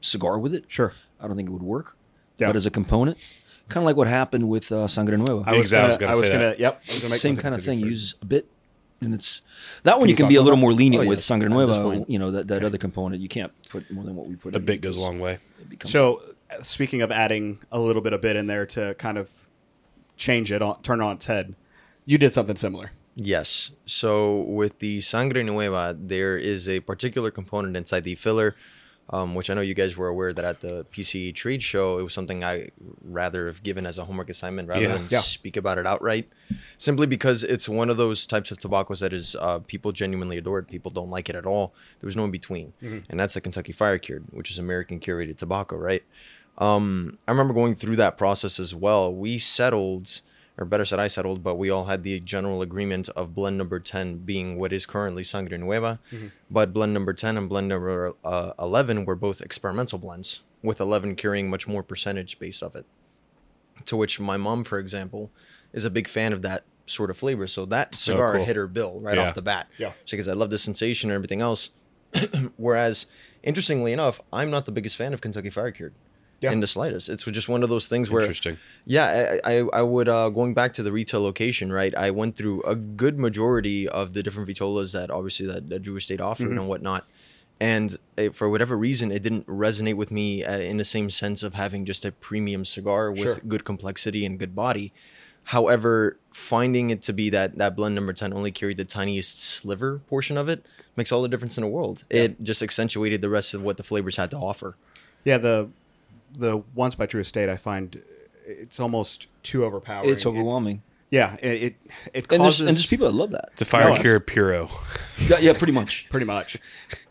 [SPEAKER 3] cigar with it.
[SPEAKER 2] sure.
[SPEAKER 3] I don't think it would work.
[SPEAKER 2] Yeah.
[SPEAKER 3] But as a component, kind of like what happened with uh, Sangre Nueva.
[SPEAKER 4] I was gonna- I was gonna-
[SPEAKER 2] Yep.
[SPEAKER 3] same kind of thing. Use a bit, and it's that one you can be a
[SPEAKER 2] talk
[SPEAKER 3] little
[SPEAKER 2] about
[SPEAKER 3] more lenient
[SPEAKER 5] Oh,
[SPEAKER 3] with
[SPEAKER 5] yes.
[SPEAKER 3] Sangre
[SPEAKER 5] At this
[SPEAKER 3] Nueva.
[SPEAKER 5] point.
[SPEAKER 3] You know that, that other component you can't put more than what we put.
[SPEAKER 4] A
[SPEAKER 3] in
[SPEAKER 4] bit goes
[SPEAKER 3] because
[SPEAKER 4] a long way.
[SPEAKER 3] it becomes-
[SPEAKER 2] So, uh, speaking of adding a little bit of bit in there to kind of change it, on, turn it on its head, you did something similar.
[SPEAKER 5] Yes. So with the sangre nueva, there is a particular component inside the filler, um, which I know you guys were aware that at the PCE trade show, it was something I rather have given as a homework assignment rather
[SPEAKER 4] Yeah.
[SPEAKER 5] than
[SPEAKER 2] Yeah.
[SPEAKER 5] speak about it outright, simply because it's one of those types of tobaccos that is uh, people genuinely adore it. People don't like it at all. There was no in between, and that's the Kentucky Fire Cured, which is American curated tobacco, right? um, I remember going through that process as well. We settled, or better said, I settled, but we all had the general agreement of blend number 10 being what is currently Sangre Nueva. But blend number 10 and blend number uh, 11 were both experimental blends, with 11 carrying much more percentage based off it. To which my mom, for example, is a big fan of that sort of flavor. So that cigar
[SPEAKER 4] cool.
[SPEAKER 5] hit her bill right
[SPEAKER 4] Yeah.
[SPEAKER 5] off the bat.
[SPEAKER 2] Yeah.
[SPEAKER 5] She goes, I love the sensation and everything else. Whereas, interestingly enough, I'm not the biggest fan of Kentucky Fire Cured
[SPEAKER 2] Yeah.
[SPEAKER 5] in the slightest. It's just one of those things where,
[SPEAKER 4] Interesting.
[SPEAKER 5] yeah, I, I, I would uh, going back to the retail location, right? I went through a good majority of the different vitolas that obviously that, that Jewish state offered and whatnot, and it, for whatever reason, it didn't resonate with me uh, in the same sense of having just a premium cigar with
[SPEAKER 2] Sure.
[SPEAKER 5] good complexity and good body. However, finding it to be that that blend number 10 only carried the tiniest sliver portion of it makes all the difference in the world. It just accentuated the rest of what the flavors had to offer.
[SPEAKER 2] Yeah, the the once by True Estate, I find it's almost too overpowering.
[SPEAKER 3] it's overwhelming.
[SPEAKER 2] yeah, it it, it
[SPEAKER 3] and there's
[SPEAKER 2] causes
[SPEAKER 3] and there's people that love that.
[SPEAKER 4] It's a fire
[SPEAKER 2] No,
[SPEAKER 4] cured puro.
[SPEAKER 3] Yeah, yeah, pretty much.
[SPEAKER 2] pretty much.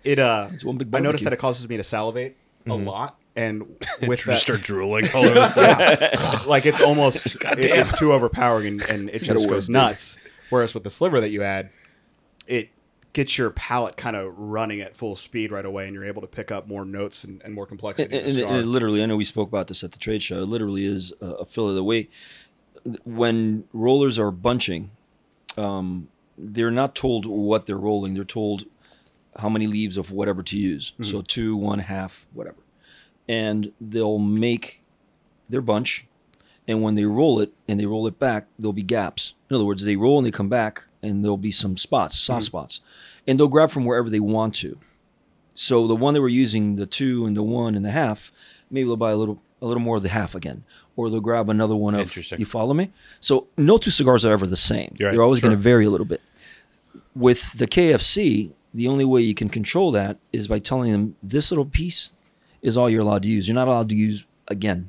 [SPEAKER 2] It uh,
[SPEAKER 3] one big
[SPEAKER 2] I noticed
[SPEAKER 3] barbecue. Mm-hmm.
[SPEAKER 2] that it causes me to salivate a lot, and with
[SPEAKER 4] Just
[SPEAKER 2] that,
[SPEAKER 4] start drooling all over. the place.
[SPEAKER 2] like it's almost it- it's too overpowering, and, and it
[SPEAKER 3] gotta
[SPEAKER 2] just goes
[SPEAKER 3] work.
[SPEAKER 2] nuts. Whereas with the sliver that you add, it gets your palate kind of running at full speed right away, and you're able to pick up more notes and, and more complexity.
[SPEAKER 3] And,
[SPEAKER 2] in the
[SPEAKER 3] and- and
[SPEAKER 2] cigar.
[SPEAKER 3] it literally, I know we spoke about this at the trade show. It literally is a, a fill of the way. When rollers are bunching, um, they're not told what they're rolling. They're told how many leaves of whatever to use. So two, one half, whatever. And they'll make their bunch, and when they roll it and they roll it back, there'll be gaps. In other words, they roll and they come back, and there'll be some spots, soft
[SPEAKER 4] Hmm.
[SPEAKER 3] spots, and they'll grab from wherever they want to. So the one they were using, the two and the one and the half, maybe they'll buy a little a little more of the half again, or they'll grab another one of.
[SPEAKER 4] Interesting.
[SPEAKER 3] You follow me? So no two cigars are ever the same.
[SPEAKER 4] You're right.
[SPEAKER 3] They're always
[SPEAKER 4] Sure.
[SPEAKER 3] going to vary a little bit. With the KFC, the only way you can control that is by telling them this little piece is all you're allowed to use. You're not allowed to use again.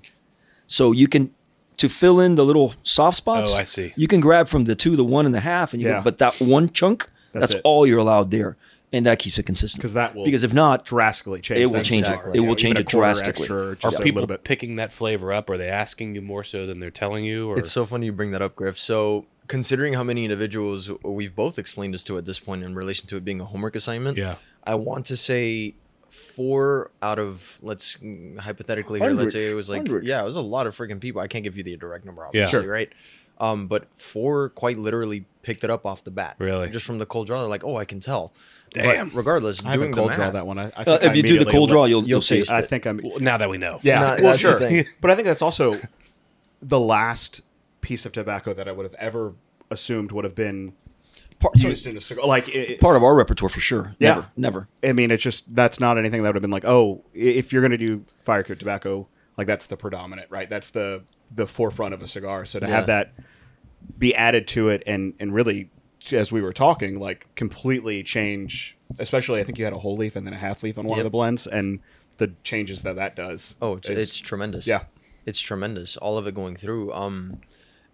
[SPEAKER 3] So you can to fill in the little soft spots.
[SPEAKER 4] Oh, I see.
[SPEAKER 3] You can grab from the two, the one and the half, and you
[SPEAKER 2] Yeah.
[SPEAKER 3] go, but that one chunk,
[SPEAKER 2] That's
[SPEAKER 3] that's,
[SPEAKER 2] it.
[SPEAKER 3] all you're allowed there, and that keeps it consistent.
[SPEAKER 2] 'Cause that will
[SPEAKER 3] because if not,
[SPEAKER 2] drastically change.
[SPEAKER 3] It will
[SPEAKER 2] that
[SPEAKER 3] change
[SPEAKER 5] it.
[SPEAKER 2] cigar,
[SPEAKER 5] It
[SPEAKER 2] you
[SPEAKER 3] will
[SPEAKER 2] know,
[SPEAKER 3] change
[SPEAKER 2] even a
[SPEAKER 3] it
[SPEAKER 2] quarter
[SPEAKER 3] drastically.
[SPEAKER 2] extra or
[SPEAKER 4] Are
[SPEAKER 2] just a
[SPEAKER 4] people
[SPEAKER 2] little bit.
[SPEAKER 4] picking that flavor up? Are they asking you more so than they're telling you? Or
[SPEAKER 5] It's so funny you bring that up, Griff. So, considering how many individuals we've both explained this to at this point in relation to it being a homework assignment,
[SPEAKER 4] Yeah.
[SPEAKER 5] I want to say four out of let's mm, hypothetically here,
[SPEAKER 2] Hundred.
[SPEAKER 5] let's say it was like
[SPEAKER 2] Hundred.
[SPEAKER 5] yeah, it was a lot of freaking people. I can't give you the direct number, obviously,
[SPEAKER 4] Sure.
[SPEAKER 5] right? Um, but four quite literally picked it up off the bat,
[SPEAKER 4] Really?
[SPEAKER 5] just from the cold draw. They're like, oh, I can tell.
[SPEAKER 4] Damn.
[SPEAKER 5] But regardless,
[SPEAKER 2] I
[SPEAKER 5] doing
[SPEAKER 2] haven't
[SPEAKER 5] the
[SPEAKER 2] cold draw
[SPEAKER 5] math-
[SPEAKER 2] that one. I, I
[SPEAKER 3] uh,
[SPEAKER 2] think I
[SPEAKER 3] if you do the
[SPEAKER 2] immediately
[SPEAKER 3] cold draw,
[SPEAKER 2] looked-
[SPEAKER 3] you'll you'll see.
[SPEAKER 2] I think I'm.
[SPEAKER 4] Well, now that we know,
[SPEAKER 2] Yeah,
[SPEAKER 5] No,
[SPEAKER 2] well,
[SPEAKER 5] that's the
[SPEAKER 2] sure.
[SPEAKER 5] thing.
[SPEAKER 2] but I think that's also the last piece of tobacco that I would have ever assumed would have been
[SPEAKER 3] part, sorry,
[SPEAKER 2] used in a cigar. Like, it,
[SPEAKER 3] part of our repertoire for sure.
[SPEAKER 2] Yeah.
[SPEAKER 3] Never, never.
[SPEAKER 2] I mean, it's just that's not anything that would have been like, oh, i- if you're going to do fire cured tobacco, like that's the predominant, right? That's the the forefront of a cigar. So to have that be added to it and and really, as we were talking, like completely change. Especially, I think you had a whole leaf and then a half leaf on one of
[SPEAKER 5] Yep.
[SPEAKER 2] the blends, and the changes that that does.
[SPEAKER 5] Oh, it's,
[SPEAKER 2] is-
[SPEAKER 5] it's tremendous.
[SPEAKER 2] yeah.
[SPEAKER 5] it's tremendous. All of it going through. Um,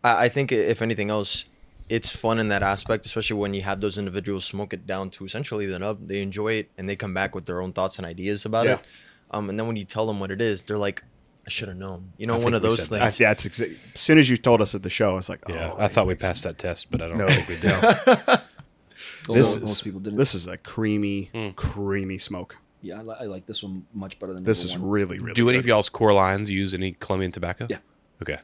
[SPEAKER 5] I, I think i- if anything else, it's fun in that aspect, especially when you have those individuals smoke it down to essentially the nub. They enjoy it and they come back with their own thoughts and ideas about
[SPEAKER 2] Yeah.
[SPEAKER 5] it. Um, and then when you tell them what it is, they're like, "I should have known." You know,
[SPEAKER 4] I
[SPEAKER 5] one
[SPEAKER 4] think
[SPEAKER 5] of
[SPEAKER 4] we
[SPEAKER 5] those
[SPEAKER 4] said
[SPEAKER 5] things.
[SPEAKER 2] I, yeah, it's exa- as soon as you told us at the show, I was like,
[SPEAKER 4] yeah.
[SPEAKER 2] oh,
[SPEAKER 4] I thought we passed that test, but I don't think we did.
[SPEAKER 2] this
[SPEAKER 3] Most-
[SPEAKER 2] is
[SPEAKER 3] most people didn't.
[SPEAKER 2] this is a cremey,
[SPEAKER 4] Hmm.
[SPEAKER 2] creamy smoke.
[SPEAKER 3] yeah, I, li- I like this one much better than
[SPEAKER 2] This
[SPEAKER 3] number
[SPEAKER 2] is
[SPEAKER 3] one.
[SPEAKER 2] really, really.
[SPEAKER 4] Do any
[SPEAKER 2] good.
[SPEAKER 4] of y'all's core lines use any Colombian tobacco?
[SPEAKER 3] Yeah.
[SPEAKER 4] Okay.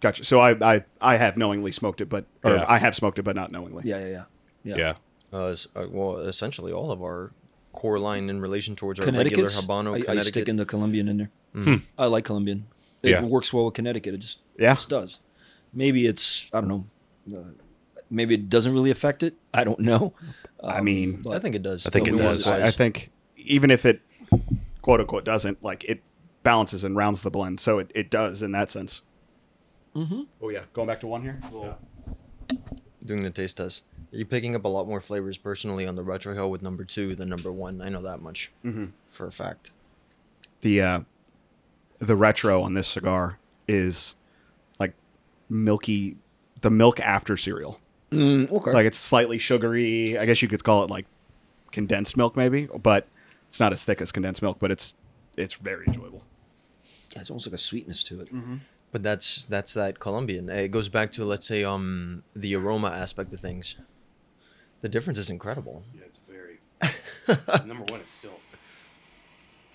[SPEAKER 2] Gotcha. So I, I, I have knowingly smoked it, but or
[SPEAKER 4] Yeah.
[SPEAKER 2] I have smoked it, but not knowingly.
[SPEAKER 3] Yeah, yeah, yeah. Yeah.
[SPEAKER 4] Yeah.
[SPEAKER 5] Uh, s- uh, well, essentially all of our core line in relation towards our regular
[SPEAKER 3] Connecticut.
[SPEAKER 5] Habano,
[SPEAKER 3] I, I
[SPEAKER 5] Connecticut.
[SPEAKER 3] stick in the Colombian in there. I like Colombian. It
[SPEAKER 4] Hmm. Yeah.
[SPEAKER 3] works well with Connecticut. It just
[SPEAKER 2] Yeah.
[SPEAKER 3] just does. Maybe it's I don't know. Uh, maybe it doesn't really affect it. I don't know.
[SPEAKER 2] I mean,
[SPEAKER 5] I think it does.
[SPEAKER 4] I think it
[SPEAKER 5] Nuance
[SPEAKER 4] does.
[SPEAKER 5] wise.
[SPEAKER 2] I, I think even if it quote unquote doesn't, like it balances and rounds the blend, so it, it does in that sense. Mm-hmm. Oh yeah, going back to one here.
[SPEAKER 5] doing the taste test. You're picking up a lot more flavors personally on the Retro Hill with number two than number one. I know that much
[SPEAKER 4] Mm-hmm.
[SPEAKER 5] for a fact.
[SPEAKER 2] The uh, the retro on this cigar is like milky, the milk after cereal.
[SPEAKER 3] Okay.
[SPEAKER 2] Like it's slightly sugary. I guess you could call it like condensed milk, maybe, but it's not as thick as condensed milk, but it's it's very enjoyable.
[SPEAKER 3] Yeah, it's almost like a sweetness to it.
[SPEAKER 5] Mm-hmm. But that's that's that Colombian. It goes back to let's say um the aroma aspect of things. The difference is incredible.
[SPEAKER 4] Yeah, it's very. number one, it's still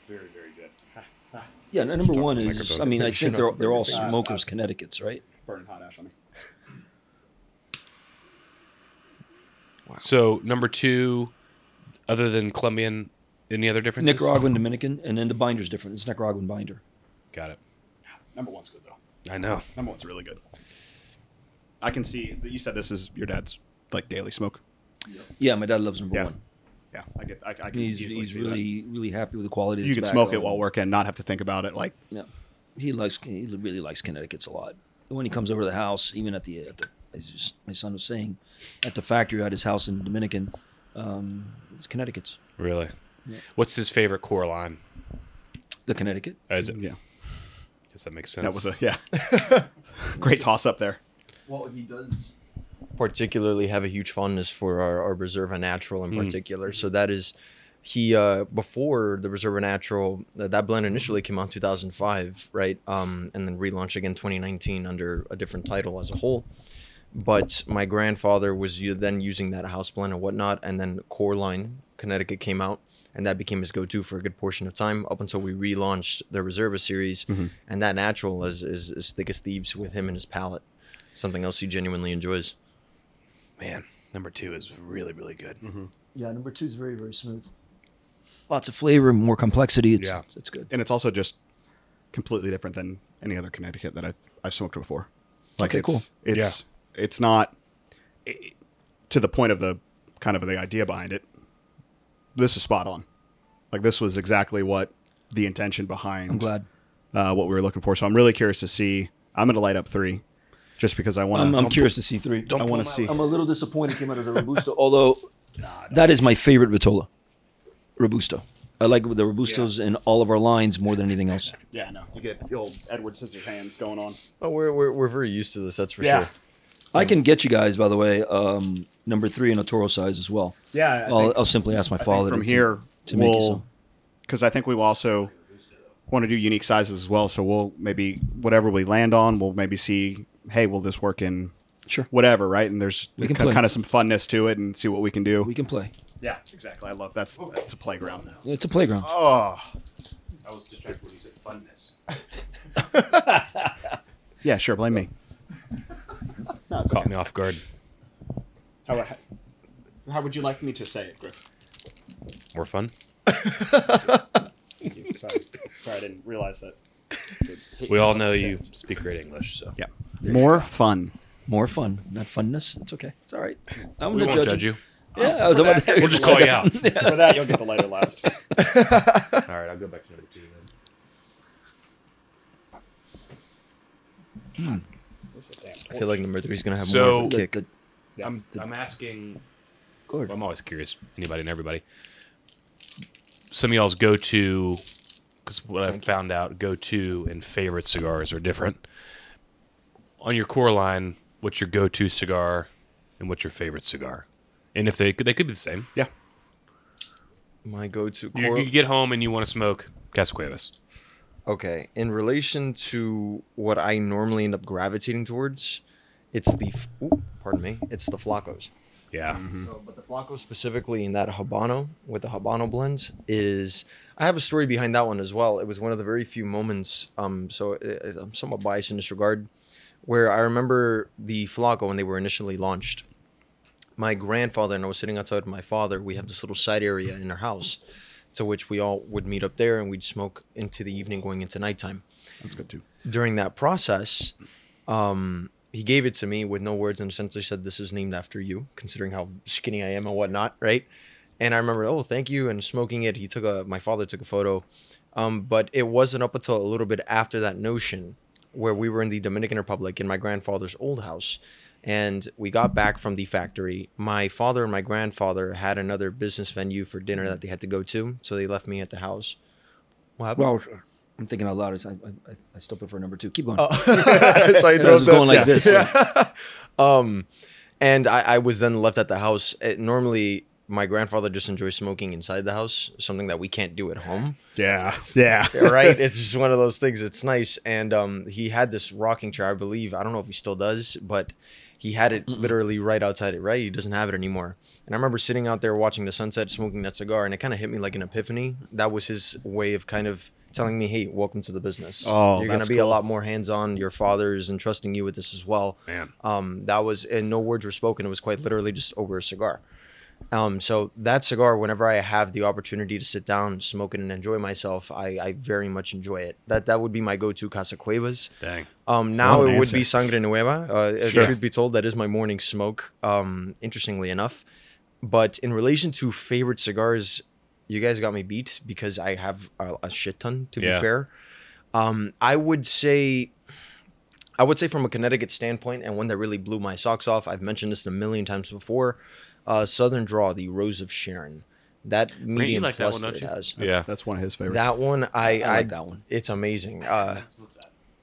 [SPEAKER 4] very, very good.
[SPEAKER 3] Yeah, no, number one
[SPEAKER 4] the
[SPEAKER 3] is.
[SPEAKER 4] microphone.
[SPEAKER 3] I mean, I think they're
[SPEAKER 5] up the
[SPEAKER 3] they're all
[SPEAKER 5] microphone.
[SPEAKER 3] smokers, Connecticut's, right?
[SPEAKER 2] Burning hot ash on me.
[SPEAKER 4] So number two, other than Colombian, any other differences?
[SPEAKER 3] Nicaraguan, Dominican, and then the binder's different. It's Nicaraguan binder.
[SPEAKER 4] Got it.
[SPEAKER 2] Number one's good though.
[SPEAKER 4] I know.
[SPEAKER 2] Number one's really good. I can see that you said this is your dad's like daily smoke.
[SPEAKER 3] Yeah, my dad loves number
[SPEAKER 2] Yeah.
[SPEAKER 3] one.
[SPEAKER 2] Yeah, I get. I, I can
[SPEAKER 3] He's
[SPEAKER 2] easily
[SPEAKER 3] he's
[SPEAKER 2] see that.
[SPEAKER 3] really really happy with the quality. Of
[SPEAKER 2] You
[SPEAKER 3] the
[SPEAKER 2] can
[SPEAKER 3] tobacco
[SPEAKER 2] smoke it
[SPEAKER 3] and-
[SPEAKER 2] while working, not have to think about it. Like
[SPEAKER 3] Yeah, he likes he really likes Connecticut's a lot. When he comes over to the house, even at the, at the as just, my son was saying, at the factory at his house in Dominican, um, it's Connecticut's
[SPEAKER 4] Really. What's his favorite core line?
[SPEAKER 3] the Connecticut.
[SPEAKER 4] Uh, Is it?
[SPEAKER 2] yeah,
[SPEAKER 4] Guess that makes sense.
[SPEAKER 2] that was a yeah. Great toss up there.
[SPEAKER 5] Well, he does particularly have a huge fondness for our, our Reserva Natural in particular. So that is he uh before the Reserva Natural uh, that, that blend initially came out in 2005, right? Um and then relaunched again 2019 under a different title as a whole. But my grandfather was u- then using that house blend and whatnot, and then Core Line Connecticut came out, and that became his go-to for a good portion of time up until we relaunched the Reserva series, and that natural is, is is thick as thieves with him and his palate something else he genuinely enjoys.
[SPEAKER 4] man. Number two is really, really good.
[SPEAKER 2] Mm-hmm.
[SPEAKER 3] Yeah, number two is very very smooth. Lots of flavor, more complexity. It's
[SPEAKER 4] Yeah.
[SPEAKER 3] it's good.
[SPEAKER 2] and it's also just completely different than any other Connecticut that I've I've smoked it before. Like
[SPEAKER 3] Okay,
[SPEAKER 2] it's,
[SPEAKER 3] cool.
[SPEAKER 2] It's it's not it- to the point of the kind of the idea behind it. This is spot on. Like this was exactly what the intention behind.
[SPEAKER 3] I'm glad.
[SPEAKER 2] uh, what we were looking for. So I'm really curious to see. I'm going to light up three, just because I want
[SPEAKER 3] I'm,
[SPEAKER 2] to.
[SPEAKER 3] I'm curious to see three.
[SPEAKER 2] I want to see.
[SPEAKER 3] I'm a little disappointed it came out as a robusto, although that is my favorite vitola, robusto. I like the robustos in all of our lines more than anything else.
[SPEAKER 2] yeah, no, you get the old Edward Scissors hands going on.
[SPEAKER 5] Oh, we're, we're, we're very used to this, that's for
[SPEAKER 2] Yeah,
[SPEAKER 5] sure.
[SPEAKER 3] I can get you guys, by the way, um, number three in a Toro size as well.
[SPEAKER 2] Yeah, I
[SPEAKER 3] I'll,
[SPEAKER 2] think-
[SPEAKER 3] I'll simply ask my
[SPEAKER 2] I think
[SPEAKER 3] father
[SPEAKER 2] from
[SPEAKER 3] to-
[SPEAKER 2] here
[SPEAKER 3] to make you
[SPEAKER 2] we'll
[SPEAKER 3] some.
[SPEAKER 2] because I think we will also want to do unique sizes as well. So we'll maybe whatever we land on, we'll maybe see. Hey, will this work in?
[SPEAKER 3] Sure.
[SPEAKER 2] Whatever, right? And there's
[SPEAKER 3] can
[SPEAKER 2] kind,
[SPEAKER 3] play.
[SPEAKER 2] kind of some funness to it, and see what we can do.
[SPEAKER 3] We can play.
[SPEAKER 2] yeah, exactly. I love that's that's a playground now.
[SPEAKER 3] It's a playground.
[SPEAKER 2] Oh,
[SPEAKER 4] I was distracted when you said funness.
[SPEAKER 2] yeah, sure. Blame me. no, it's
[SPEAKER 4] Caught me off guard.
[SPEAKER 2] How, how would you like me to say it, Griff?
[SPEAKER 4] More fun.
[SPEAKER 2] Sorry. Sorry, I didn't realize that.
[SPEAKER 4] We all know you speak great English, so
[SPEAKER 2] Yeah. More fun.
[SPEAKER 3] More fun, not funness. It's okay. It's all right. I'm
[SPEAKER 4] we
[SPEAKER 3] not
[SPEAKER 4] won't
[SPEAKER 3] judging.
[SPEAKER 4] judge you. Oh,
[SPEAKER 3] Yeah, I was about to.
[SPEAKER 4] We'll just call you out.
[SPEAKER 2] For that, you'll get the lighter last.
[SPEAKER 4] All right, I'll go back to number two then.
[SPEAKER 5] I feel like number three is going to have more
[SPEAKER 4] So-
[SPEAKER 5] of a kick.
[SPEAKER 3] The- the-
[SPEAKER 4] I'm, I'm asking.
[SPEAKER 3] go
[SPEAKER 4] well,
[SPEAKER 3] ahead.
[SPEAKER 4] I'm always curious, anybody and everybody. Some of y'all's go to, because what I've found out, go to and favorite cigars are different. On your core line, what's your go to cigar, and what's your favorite cigar? And if they could, they could be the same.
[SPEAKER 2] Yeah.
[SPEAKER 5] My go-to
[SPEAKER 4] You,
[SPEAKER 5] core.
[SPEAKER 4] you get home and you want to smoke Cascuevas.
[SPEAKER 5] Okay, in relation to what I normally end up gravitating towards, it's the f- ooh, pardon me, it's the flacos.
[SPEAKER 4] Yeah,
[SPEAKER 2] Mm-hmm.
[SPEAKER 5] So, but the Flaco specifically in that Habano with the Habano blends is I have a story behind that one as well. It was one of the very few moments. Um, so I- I'm somewhat biased in this regard, where I remember the Flaco when they were initially launched. My grandfather and I was sitting outside with my father. We have this little side area in our house, to which we all would meet up there and we'd smoke into the evening, going into nighttime
[SPEAKER 2] That's good too.
[SPEAKER 5] during that process, um, he gave it to me with no words and essentially said, "This is named after you," considering how skinny I am and whatnot, right? And I remember, oh, thank you, and smoking it. He took a, my father took a photo, um, but it wasn't up until a little bit after that notion where we were in the Dominican Republic in my grandfather's old house. And we got back from the factory. My father and my grandfather had another business venue for dinner that they had to go to. So they left me at the house. What happened?
[SPEAKER 3] Well, I'm thinking out loud. I, I, I still prefer number two. Keep going.
[SPEAKER 5] Oh. Sorry,
[SPEAKER 3] I was going like this. so-
[SPEAKER 5] and I, I was then left at the house. It, normally, my grandfather just enjoys smoking inside the house, something that we can't do at home.
[SPEAKER 2] Yeah. Yeah.
[SPEAKER 5] right? It's just one of those things. It's nice. And um, he had this rocking chair, I believe. I don't know if he still does, but he had it literally right outside it, right? He doesn't have it anymore. And I remember sitting out there watching the sunset, smoking that cigar, and it kind of hit me like an epiphany. That was his way of kind of telling me, hey, welcome to the business.
[SPEAKER 2] Oh,
[SPEAKER 5] You're going to
[SPEAKER 2] that's
[SPEAKER 5] be a
[SPEAKER 2] cool.
[SPEAKER 5] lot more hands on. Your father is entrusting you with this as well.
[SPEAKER 4] Man.
[SPEAKER 5] Um, that was, and no words were spoken. It was quite literally just over a cigar. Um, so that cigar, whenever I have the opportunity to sit down, smoke it, and enjoy myself, I, I very much enjoy it. That that would be my go-to Casa Cuevas.
[SPEAKER 4] dang.
[SPEAKER 5] Um, now
[SPEAKER 2] Well,
[SPEAKER 5] it would
[SPEAKER 2] answer.
[SPEAKER 5] be Sangre Nueva. Uh, if Truth be told, that is my morning smoke. Um, interestingly enough, but in relation to favorite cigars, you guys got me beat because I have a, a shit ton. To
[SPEAKER 4] Yeah.
[SPEAKER 5] be fair, um, I would say I would say from a Connecticut standpoint, and one that really blew my socks off, I've mentioned this a million times before. Uh, Southern Draw, the Rose of Sharon. That medium
[SPEAKER 4] like that
[SPEAKER 5] plus
[SPEAKER 4] one,
[SPEAKER 5] that it
[SPEAKER 4] don't you?
[SPEAKER 5] has.
[SPEAKER 4] yeah,
[SPEAKER 2] That's one of his favorites.
[SPEAKER 5] That one,
[SPEAKER 3] I
[SPEAKER 5] I, I,
[SPEAKER 3] like that one.
[SPEAKER 5] It's amazing. Uh,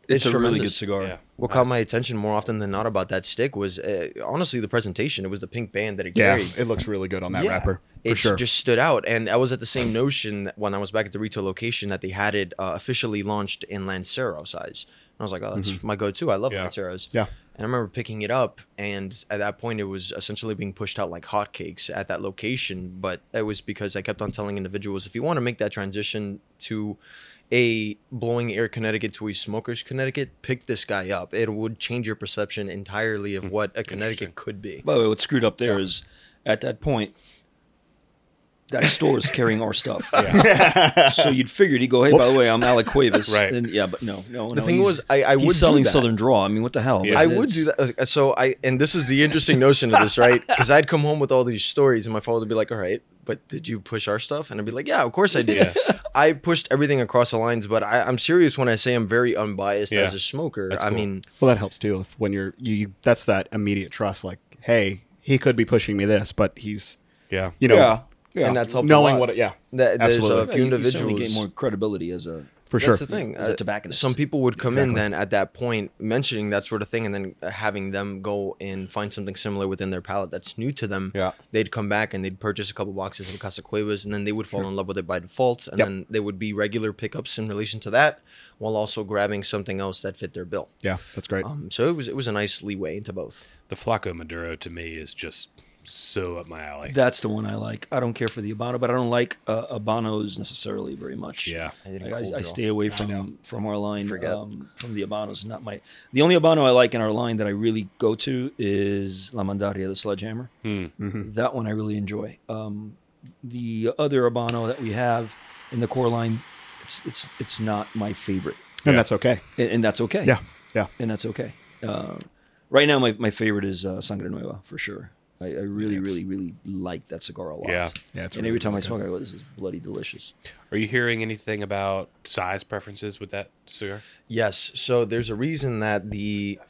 [SPEAKER 3] It's, a really good
[SPEAKER 5] tremendous.
[SPEAKER 3] cigar.
[SPEAKER 4] yeah.
[SPEAKER 5] What caught my attention more often than not about that stick was uh, honestly the presentation. It was the pink band that it
[SPEAKER 2] yeah.
[SPEAKER 5] carried.
[SPEAKER 2] It looks really good on that
[SPEAKER 5] Yeah.
[SPEAKER 2] wrapper. For
[SPEAKER 5] It's
[SPEAKER 2] sure.
[SPEAKER 5] just stood out. And I was at the same notion that when I was back at the retail location that they had it uh, officially launched in Lancero size. And I was like, oh, that's my go to. I love
[SPEAKER 4] Yeah.
[SPEAKER 5] Lanceros.
[SPEAKER 2] Mm-hmm. Yeah.
[SPEAKER 5] And I remember picking it up. And at that point, it was essentially being pushed out like hotcakes at that location. But it was because I kept on telling individuals if you want to make that transition to a blowing air Connecticut to a smoker's Connecticut, pick this guy up. It would change your perception entirely
[SPEAKER 2] Hmm.
[SPEAKER 5] of what a Connecticut could be.
[SPEAKER 3] By the way, what's screwed up there is at that point, that store is carrying our stuff. so you'd figured he'd go, hey, by the way, I'm Alec Cuevas.
[SPEAKER 4] Right.
[SPEAKER 3] And yeah, but no, no.
[SPEAKER 5] The thing was, I- I would do
[SPEAKER 3] he's selling
[SPEAKER 5] that.
[SPEAKER 3] Southern Draw. I mean, what the hell?
[SPEAKER 4] Yeah.
[SPEAKER 5] I
[SPEAKER 3] But
[SPEAKER 5] would
[SPEAKER 3] it's-
[SPEAKER 5] do that. uh, So I, and this is the interesting notion of this, right? Because I'd come home with all these stories, and my father would be like, "All right, but did you push our stuff?" And I'd be like, "Yeah, of course I did. I pushed everything across the lines." But I, I'm serious when I say I'm very unbiased
[SPEAKER 4] Yeah.
[SPEAKER 5] as a smoker.
[SPEAKER 4] That's
[SPEAKER 5] I
[SPEAKER 4] cool.
[SPEAKER 5] mean,
[SPEAKER 2] Well, that helps too. If when you're you, you, that's that immediate trust. Like, hey, he could be pushing me this, but he's
[SPEAKER 4] Yeah.
[SPEAKER 2] you know
[SPEAKER 3] yeah. Yeah.
[SPEAKER 5] and that's helped a
[SPEAKER 2] knowing
[SPEAKER 5] lot.
[SPEAKER 2] what. It, yeah,
[SPEAKER 5] That, there's a
[SPEAKER 2] Absolutely.
[SPEAKER 5] few
[SPEAKER 3] you- you certainly
[SPEAKER 5] individuals.
[SPEAKER 3] gain more credibility as a.
[SPEAKER 2] for
[SPEAKER 5] That's
[SPEAKER 2] sure.
[SPEAKER 5] the thing.
[SPEAKER 3] As a
[SPEAKER 5] Uh,
[SPEAKER 3] tobacconist.
[SPEAKER 5] some people would come in then at that point mentioning that sort of thing, and then uh, having them go and find something similar within their palate that's new to them.
[SPEAKER 2] Yeah.
[SPEAKER 5] they'd come back and they'd purchase a couple boxes of Casa Cuevas, and then they would fall in love with it by default, and
[SPEAKER 2] Yep.
[SPEAKER 5] then they would be regular pickups in relation to that, while also grabbing something else that fit their bill.
[SPEAKER 2] Yeah, that's great.
[SPEAKER 5] Um, so it was it was a nice leeway into both.
[SPEAKER 4] The Flaco Maduro to me is just so up my alley.
[SPEAKER 3] That's the one I like. I don't care for the Habano, but I don't like uh, Habanos necessarily very much.
[SPEAKER 4] Yeah. I
[SPEAKER 5] did a
[SPEAKER 3] Like, I,
[SPEAKER 5] cold
[SPEAKER 3] I
[SPEAKER 5] draw.
[SPEAKER 3] stay away from from our line.
[SPEAKER 5] Forget.
[SPEAKER 3] Um, from the Habanos, not my. The only Habano I like in our line that I really go to is La Mandaria, the sledgehammer.
[SPEAKER 2] Mm-hmm.
[SPEAKER 3] That one I really enjoy. Um, the other Habano that we have in the core line, it's it's it's not my favorite,
[SPEAKER 2] and that's okay.
[SPEAKER 3] and, and that's okay
[SPEAKER 2] Yeah, yeah.
[SPEAKER 3] and that's okay. Uh, right now, my, my favorite is uh, Sangre Nueva for sure. I, I really, really, really like that cigar a lot.
[SPEAKER 4] Yeah.
[SPEAKER 2] Yeah, it's
[SPEAKER 3] and
[SPEAKER 2] really
[SPEAKER 3] every time I smoke, I go, "This is bloody delicious."
[SPEAKER 4] Are you hearing anything about size preferences with that cigar?
[SPEAKER 5] Yes. So there's a reason that the.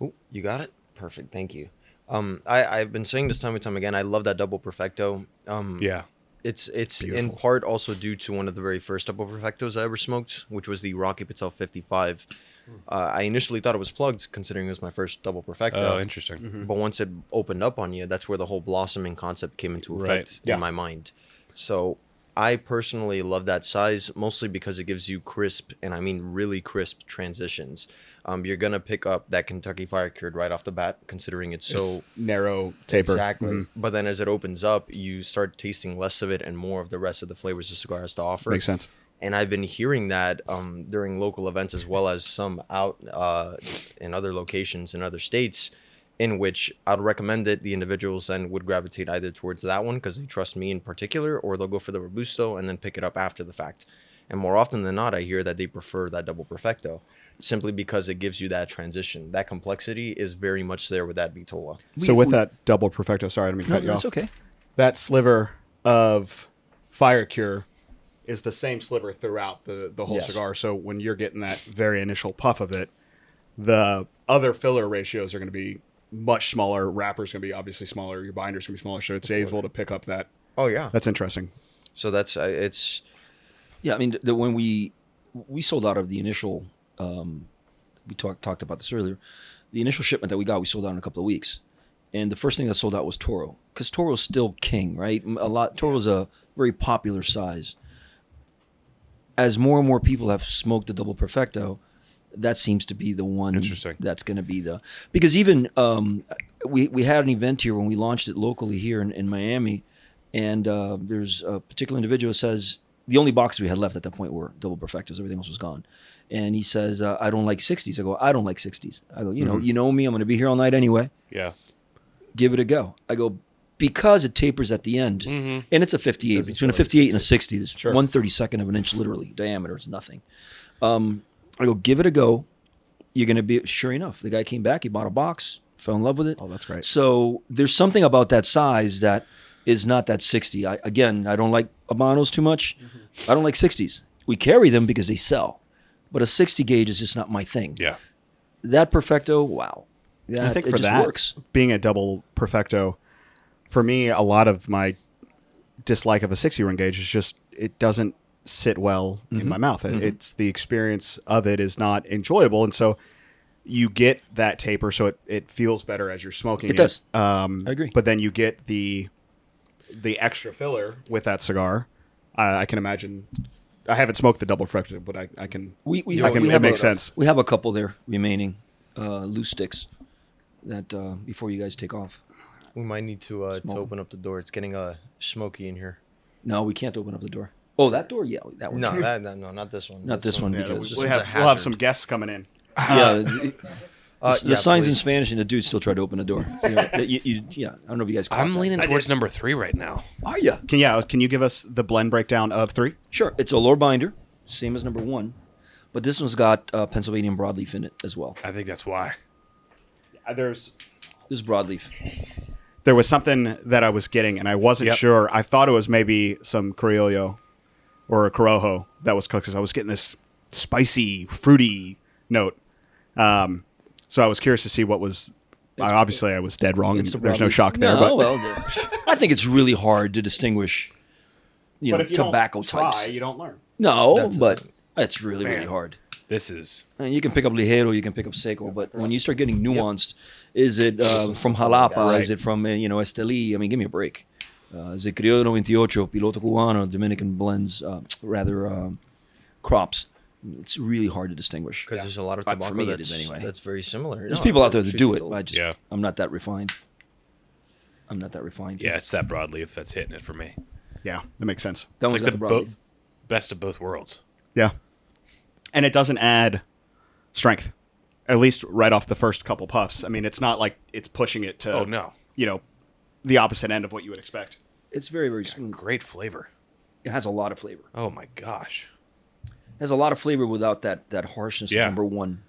[SPEAKER 5] Oh, you got it. Perfect. Thank you. Um, I, I've been saying this time and time again. I love that double perfecto. Um,
[SPEAKER 4] Yeah.
[SPEAKER 5] It's it's in part also due to one of the very first double perfectos I ever smoked, which was the Rocky Patel 55.
[SPEAKER 4] Hmm.
[SPEAKER 5] Uh, I initially thought it was plugged, considering it was my first double perfecto.
[SPEAKER 4] Oh, interesting.
[SPEAKER 5] But once it opened up on you, that's where the whole blossoming concept came into effect
[SPEAKER 4] Right.
[SPEAKER 2] Yeah.
[SPEAKER 5] in my mind. So I personally love that size mostly because it gives you crisp, and I mean really crisp transitions. Um, you're gonna pick up that Kentucky Fire Cured right off the bat, considering it's so
[SPEAKER 2] narrow taper.
[SPEAKER 5] Exactly. But then as it opens up, you start tasting less of it and more of the rest of the flavors the cigar has to offer.
[SPEAKER 2] Makes sense.
[SPEAKER 5] And I've been hearing that um, during local events as well as some out uh, in other locations in other states, in which I'd recommend it. The individuals then would gravitate either towards that one because they trust me in particular, or they'll go for the Robusto and then pick it up after the fact. And more often than not, I hear that they prefer that double perfecto simply because it gives you that transition. That complexity is very much there with that Vitola.
[SPEAKER 2] so with that double perfecto, sorry, I didn't mean to
[SPEAKER 3] No,
[SPEAKER 2] cut you
[SPEAKER 3] that's
[SPEAKER 2] off.
[SPEAKER 3] okay.
[SPEAKER 2] That sliver of fire cure is the same sliver throughout the the whole
[SPEAKER 5] Yes.
[SPEAKER 2] cigar. So when you're getting that very initial puff of it, the other filler ratios are going to be much smaller. Wrapper's going to be obviously smaller. Your binder's going to be smaller. So it's able to pick up that.
[SPEAKER 5] Oh yeah,
[SPEAKER 2] That's interesting.
[SPEAKER 5] So that's uh, it's
[SPEAKER 3] Yeah, I mean, the, when we we sold out of the initial, um, we talked talked about this earlier. The initial shipment that we got, we sold out in a couple of weeks, and the first thing that sold out was Toro because Toro's still king, right? A lot Toro's a very popular size. As more and more people have smoked the double perfecto, that seems to be the one
[SPEAKER 4] Interesting.
[SPEAKER 3] that's going to be the because even um, we we had an event here when we launched it locally here in, in Miami, and uh, there's a particular individual who says the only boxes we had left at that point were double perfectos, everything else was gone, and he says uh, I don't like 60s. I go I don't like 60s. I go you know you know me I'm going to be here all night anyway.
[SPEAKER 4] Yeah.
[SPEAKER 3] Give it a go. I go because it tapers at the end
[SPEAKER 2] Mm-hmm.
[SPEAKER 3] and it's a 58 between a 58 and a 60 there's one 32nd of an inch literally diameter it's nothing um, i go give it a go you're going to be sure enough the guy came back he bought a box fell in love with it oh
[SPEAKER 2] that's great.
[SPEAKER 3] so there's something about that size that is not that 60 I, again i don't like abanos too much
[SPEAKER 2] Mm-hmm.
[SPEAKER 3] i don't like 60s we carry them because they sell but a 60 gauge is just not my thing
[SPEAKER 4] Yeah.
[SPEAKER 3] that perfecto wow that,
[SPEAKER 2] I think
[SPEAKER 3] Uh, it
[SPEAKER 2] for
[SPEAKER 3] just
[SPEAKER 2] that
[SPEAKER 3] works
[SPEAKER 2] being a double perfecto, for me, a lot of my dislike of a sixty ring gauge is just it doesn't sit well
[SPEAKER 3] Mm-hmm.
[SPEAKER 2] in my mouth. It, It's the experience of it is not enjoyable, and so you get that taper, so it, it feels better as you're smoking.
[SPEAKER 3] It does.
[SPEAKER 2] Um,
[SPEAKER 3] I agree.
[SPEAKER 2] But then you get the the extra filler with that cigar. I, I can imagine. I haven't smoked the double perfecto, but I, I can.
[SPEAKER 3] We we
[SPEAKER 2] I
[SPEAKER 3] have,
[SPEAKER 2] can-
[SPEAKER 3] we
[SPEAKER 2] it
[SPEAKER 3] have
[SPEAKER 2] makes
[SPEAKER 3] a,
[SPEAKER 2] sense.
[SPEAKER 3] We have a couple there remaining, uh, loose sticks that uh, before you guys take off.
[SPEAKER 5] we might need to uh, to open up the door. It's getting uh, smoky in here.
[SPEAKER 3] No, we can't open up the door. Oh, that door? Yeah, that one.
[SPEAKER 5] No, that, that no, not this one.
[SPEAKER 3] Not this one
[SPEAKER 5] Yeah,
[SPEAKER 3] because-
[SPEAKER 5] this
[SPEAKER 2] We'll
[SPEAKER 5] one's a
[SPEAKER 2] have, we'll have
[SPEAKER 5] hazard.
[SPEAKER 2] some guests coming in.
[SPEAKER 3] yeah,
[SPEAKER 5] Uh,
[SPEAKER 3] the
[SPEAKER 5] yeah,
[SPEAKER 3] signs in
[SPEAKER 5] please.
[SPEAKER 3] Spanish, and the dude still tried to open the door. You know, that you- you- yeah, I don't know if you guys. caught
[SPEAKER 4] I'm
[SPEAKER 3] that.
[SPEAKER 4] leaning towards number three right now.
[SPEAKER 3] Are you?
[SPEAKER 2] Can yeah? Can you give us the blend breakdown of three?
[SPEAKER 3] Sure. It's a lore binder, same as number one, but this one's got uh, Pennsylvania broadleaf in it as well.
[SPEAKER 4] I think that's why.
[SPEAKER 3] Uh,
[SPEAKER 2] There's
[SPEAKER 3] This is broadleaf.
[SPEAKER 2] there was something that I was getting, and I wasn't
[SPEAKER 4] Yep.
[SPEAKER 2] sure. I thought it was maybe some criollo or a corojo that was cooked, because I was getting this spicy, fruity note. Um, so I was curious to see what was. I, obviously, I was dead wrong, and
[SPEAKER 3] It's the
[SPEAKER 2] there's no
[SPEAKER 3] broadleaf.
[SPEAKER 2] shock there.
[SPEAKER 3] No,
[SPEAKER 2] but
[SPEAKER 3] well, the- I think it's really hard to distinguish, you know, tobacco types.
[SPEAKER 2] you don't learn.
[SPEAKER 3] No, but it's really
[SPEAKER 4] Man.
[SPEAKER 3] really hard.
[SPEAKER 4] This is
[SPEAKER 3] And you can pick up ligero, you can pick up seco, but when you start getting nuanced, is it uh, from Jalapa? Is it from uh, you know Esteli? I mean, give me a break. Uh, is it Criollo 98, Piloto Cubano, Dominican blends, uh, rather um, crops? It's really hard to distinguish.
[SPEAKER 5] because there's a lot of
[SPEAKER 3] But for
[SPEAKER 5] tobacco
[SPEAKER 3] me, it
[SPEAKER 5] that's,
[SPEAKER 3] is anyway.
[SPEAKER 5] that's very similar.
[SPEAKER 3] There's
[SPEAKER 5] No,
[SPEAKER 3] people out there that
[SPEAKER 5] truth
[SPEAKER 3] do
[SPEAKER 5] be
[SPEAKER 3] it.
[SPEAKER 5] told.
[SPEAKER 3] I just,
[SPEAKER 4] Yeah.
[SPEAKER 3] I'm not that refined. I'm not that refined.
[SPEAKER 4] yeah, it's that broadleaf that's hitting it for me.
[SPEAKER 2] Yeah, that makes sense.
[SPEAKER 3] that
[SPEAKER 4] It's
[SPEAKER 3] one's
[SPEAKER 4] like the
[SPEAKER 3] got the
[SPEAKER 4] bo- best of both worlds.
[SPEAKER 2] Yeah. And it doesn't add strength, at least right off the first couple puffs. I mean, it's not like it's pushing it to,
[SPEAKER 4] Oh no,
[SPEAKER 2] you know, the opposite end of what you would expect.
[SPEAKER 3] It's very very smooth.
[SPEAKER 4] great flavor.
[SPEAKER 3] It has a lot of flavor.
[SPEAKER 4] Oh my gosh,
[SPEAKER 3] has a lot of flavor without that that harshness
[SPEAKER 4] Yeah.
[SPEAKER 3] of number one.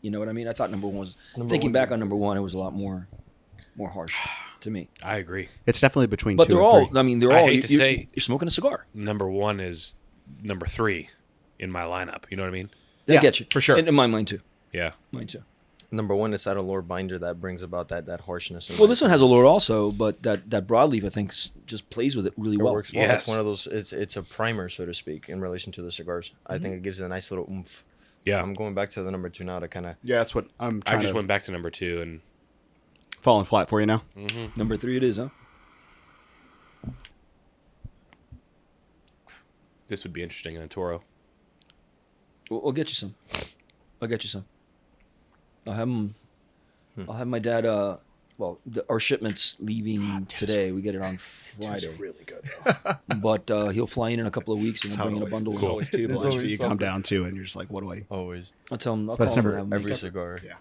[SPEAKER 3] You know what I mean? I thought number one was thinking back on number one, it was a lot more more harsh to me.
[SPEAKER 4] I agree.
[SPEAKER 2] It's definitely between
[SPEAKER 3] But
[SPEAKER 2] two
[SPEAKER 3] they're
[SPEAKER 2] and
[SPEAKER 3] all
[SPEAKER 2] three.
[SPEAKER 3] I mean they're
[SPEAKER 4] I
[SPEAKER 3] all
[SPEAKER 4] hate
[SPEAKER 3] you,
[SPEAKER 4] to
[SPEAKER 3] you-
[SPEAKER 4] say-
[SPEAKER 3] you're smoking a cigar.
[SPEAKER 4] Number one is number three in my lineup. You know what I mean?
[SPEAKER 3] They
[SPEAKER 2] Yeah,
[SPEAKER 3] get you.
[SPEAKER 2] for sure.
[SPEAKER 3] And in my mind too.
[SPEAKER 4] Yeah.
[SPEAKER 3] Mine too.
[SPEAKER 5] Number one, it's that allure binder that brings about that that harshness. in
[SPEAKER 3] Well
[SPEAKER 5] my
[SPEAKER 3] this one has a lure also, but that that broadleaf I think s- just plays with it really
[SPEAKER 5] It
[SPEAKER 3] well.
[SPEAKER 5] works well. That's
[SPEAKER 4] Yes.
[SPEAKER 5] one of those. It's it's a primer, so to speak, in relation to the cigars. I
[SPEAKER 3] Mm-hmm.
[SPEAKER 5] think it gives it a nice little oomph.
[SPEAKER 4] Yeah.
[SPEAKER 5] I'm going back to the number two now to kind of.
[SPEAKER 2] Yeah, that's what I'm
[SPEAKER 4] I
[SPEAKER 2] trying
[SPEAKER 4] just
[SPEAKER 2] to
[SPEAKER 4] went back to number two and
[SPEAKER 2] falling flat for you now.
[SPEAKER 3] Number three it is, huh?
[SPEAKER 4] this would be interesting in a Toro.
[SPEAKER 3] We'll, we'll get you some. I'll get you some. I'll have 'em- I'll have my dad. Uh, well, the, our shipments leaving today. We get it on Friday. really good. but uh, he'll fly in in a couple of weeks and we'll bring in a bundle of always two
[SPEAKER 5] There's
[SPEAKER 3] blinds.
[SPEAKER 5] always
[SPEAKER 2] You
[SPEAKER 5] Something.
[SPEAKER 2] come down to and you're just like, what do I?
[SPEAKER 5] Always.
[SPEAKER 3] I'll tell him. I'll
[SPEAKER 2] That's
[SPEAKER 3] call him
[SPEAKER 2] never
[SPEAKER 3] and have him
[SPEAKER 5] Every
[SPEAKER 3] make up.
[SPEAKER 5] cigar
[SPEAKER 2] Yeah.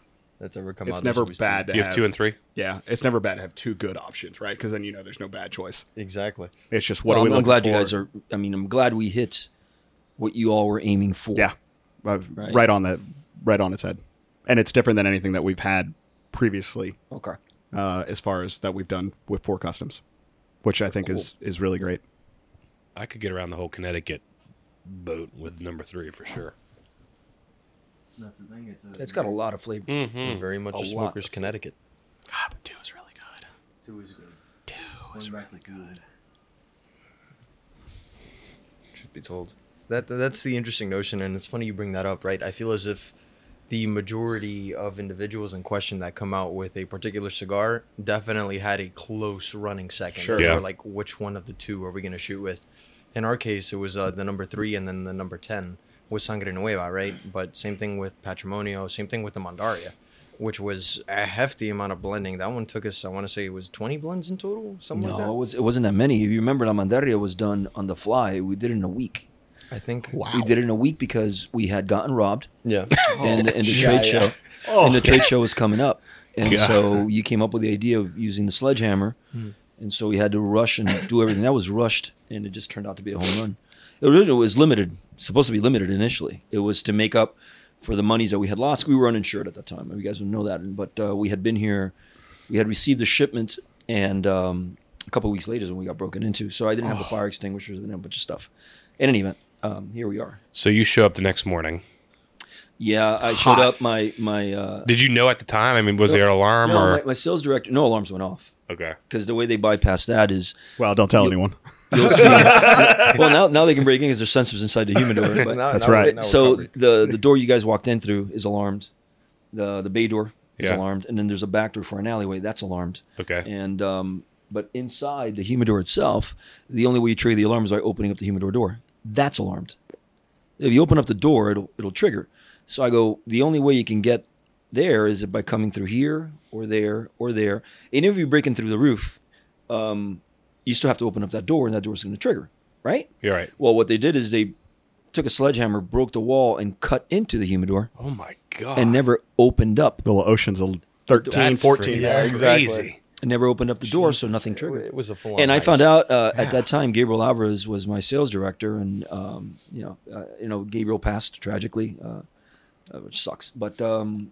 [SPEAKER 5] that's ever come out.
[SPEAKER 2] It's
[SPEAKER 5] there's
[SPEAKER 2] never
[SPEAKER 5] always two.
[SPEAKER 2] bad to
[SPEAKER 4] You have two and three.
[SPEAKER 2] Yeah, it's never bad to have two good options, right? Because then you know there's no bad choice.
[SPEAKER 5] Exactly.
[SPEAKER 2] It's just what
[SPEAKER 3] Well,
[SPEAKER 2] are we
[SPEAKER 3] I'm, I'm
[SPEAKER 2] looking
[SPEAKER 3] glad you
[SPEAKER 2] for?
[SPEAKER 3] guys are. I mean, I'm glad we hit what you all were aiming for.
[SPEAKER 2] Yeah, Uh, right.
[SPEAKER 3] Right.
[SPEAKER 2] on the right on its head, and it's different than anything that we've had previously,
[SPEAKER 3] Okay.
[SPEAKER 2] uh, as far as that we've done with four customs, which I think is is really great.
[SPEAKER 4] I could get around the whole Connecticut boat with number three for sure.
[SPEAKER 5] That's the thing. It's a,
[SPEAKER 3] It's got a lot of flavor.
[SPEAKER 2] Hmm.
[SPEAKER 5] very much
[SPEAKER 3] a
[SPEAKER 5] a,
[SPEAKER 3] lot
[SPEAKER 5] smoker's
[SPEAKER 3] of-
[SPEAKER 5] Connecticut.
[SPEAKER 2] God, but two is really good.
[SPEAKER 5] Two is good. Two is really good. Should be told. That that's the interesting notion, and it's funny you bring that up, right? I feel as if the majority of individuals in question that come out with a particular cigar definitely had a close running second.
[SPEAKER 2] Sure.
[SPEAKER 5] They
[SPEAKER 4] Yeah.
[SPEAKER 5] were like, which one of the two are we going to shoot with? In our case, it was uh, the number three and then the number 10 was Sangre Nueva, right? But same thing with Patrimonio, same thing with the Mandaria, which was a hefty amount of blending. That one took us, I want to say it was 20 blends in total, something
[SPEAKER 3] No, it
[SPEAKER 5] like
[SPEAKER 3] was. It wasn't that many. If you remember, La Mandaria was done on the fly. We did it in a week.
[SPEAKER 5] that. I think.
[SPEAKER 3] We did it in a week because we had gotten robbed,
[SPEAKER 5] Yeah.
[SPEAKER 3] and the, and the
[SPEAKER 5] Oh, Yeah,
[SPEAKER 3] trade
[SPEAKER 5] yeah. Oh,
[SPEAKER 3] show, and the trade show was coming up, and so you came up with the idea of using the sledgehammer,
[SPEAKER 5] Hmm.
[SPEAKER 3] and so we had to rush and do everything. That was rushed, and it just turned out to be a home run. It was, it was limited, supposed to be limited initially. It was to make up for the monies that we had lost. We were uninsured at that time, and you guys would know that. But uh, we had been here, we had received the shipment, and um, a couple of weeks later is when we got broken into. So I didn't
[SPEAKER 5] Oh.
[SPEAKER 3] have the fire extinguishers and a bunch of stuff. In any event, um, here we are.
[SPEAKER 4] So you show up the next morning.
[SPEAKER 3] Yeah, I showed up. My my uh,
[SPEAKER 4] Did you know at the time? I mean, was there an alarm
[SPEAKER 3] no,
[SPEAKER 4] or
[SPEAKER 3] my, my sales director. No alarms went off
[SPEAKER 4] okay?
[SPEAKER 3] because the way they bypass that is
[SPEAKER 2] Well, don't tell anyone.
[SPEAKER 3] you'll see. well, now now they can break in because there's sensors inside the human door. But,
[SPEAKER 5] Now-
[SPEAKER 2] That's
[SPEAKER 5] now we're-
[SPEAKER 2] right.
[SPEAKER 5] now we're
[SPEAKER 3] so
[SPEAKER 5] covered.
[SPEAKER 3] the the door you guys walked in through is alarmed. The the bay door is
[SPEAKER 4] Yeah.
[SPEAKER 3] alarmed, and then there's a back door for an alleyway that's alarmed.
[SPEAKER 4] Okay.
[SPEAKER 3] And um, but inside the humidor itself, the only way you trigger the alarm is by opening up the humidor door. That's alarmed. If you open up the door, it'll it'll trigger. So I go. The only way you can get there is by coming through here or there or there. And if you're breaking through the roof, um, you still have to open up that door, and that door's going to trigger, right?
[SPEAKER 4] You're right.
[SPEAKER 3] Well, what they did is they took a sledgehammer, broke the wall, and cut into the humidor
[SPEAKER 4] Oh my god!
[SPEAKER 3] and never opened up.
[SPEAKER 2] The ocean's a 13,
[SPEAKER 4] That's
[SPEAKER 2] 14.
[SPEAKER 4] freaking
[SPEAKER 5] yeah, exactly.
[SPEAKER 4] Crazy.
[SPEAKER 3] It never opened up the door, so nothing triggered.
[SPEAKER 5] It was a full.
[SPEAKER 3] and I found out uh, at that time Gabriel Alvarez was my sales director, and um, you know, uh, you know, Gabriel passed tragically, uh, uh, which sucks. But um,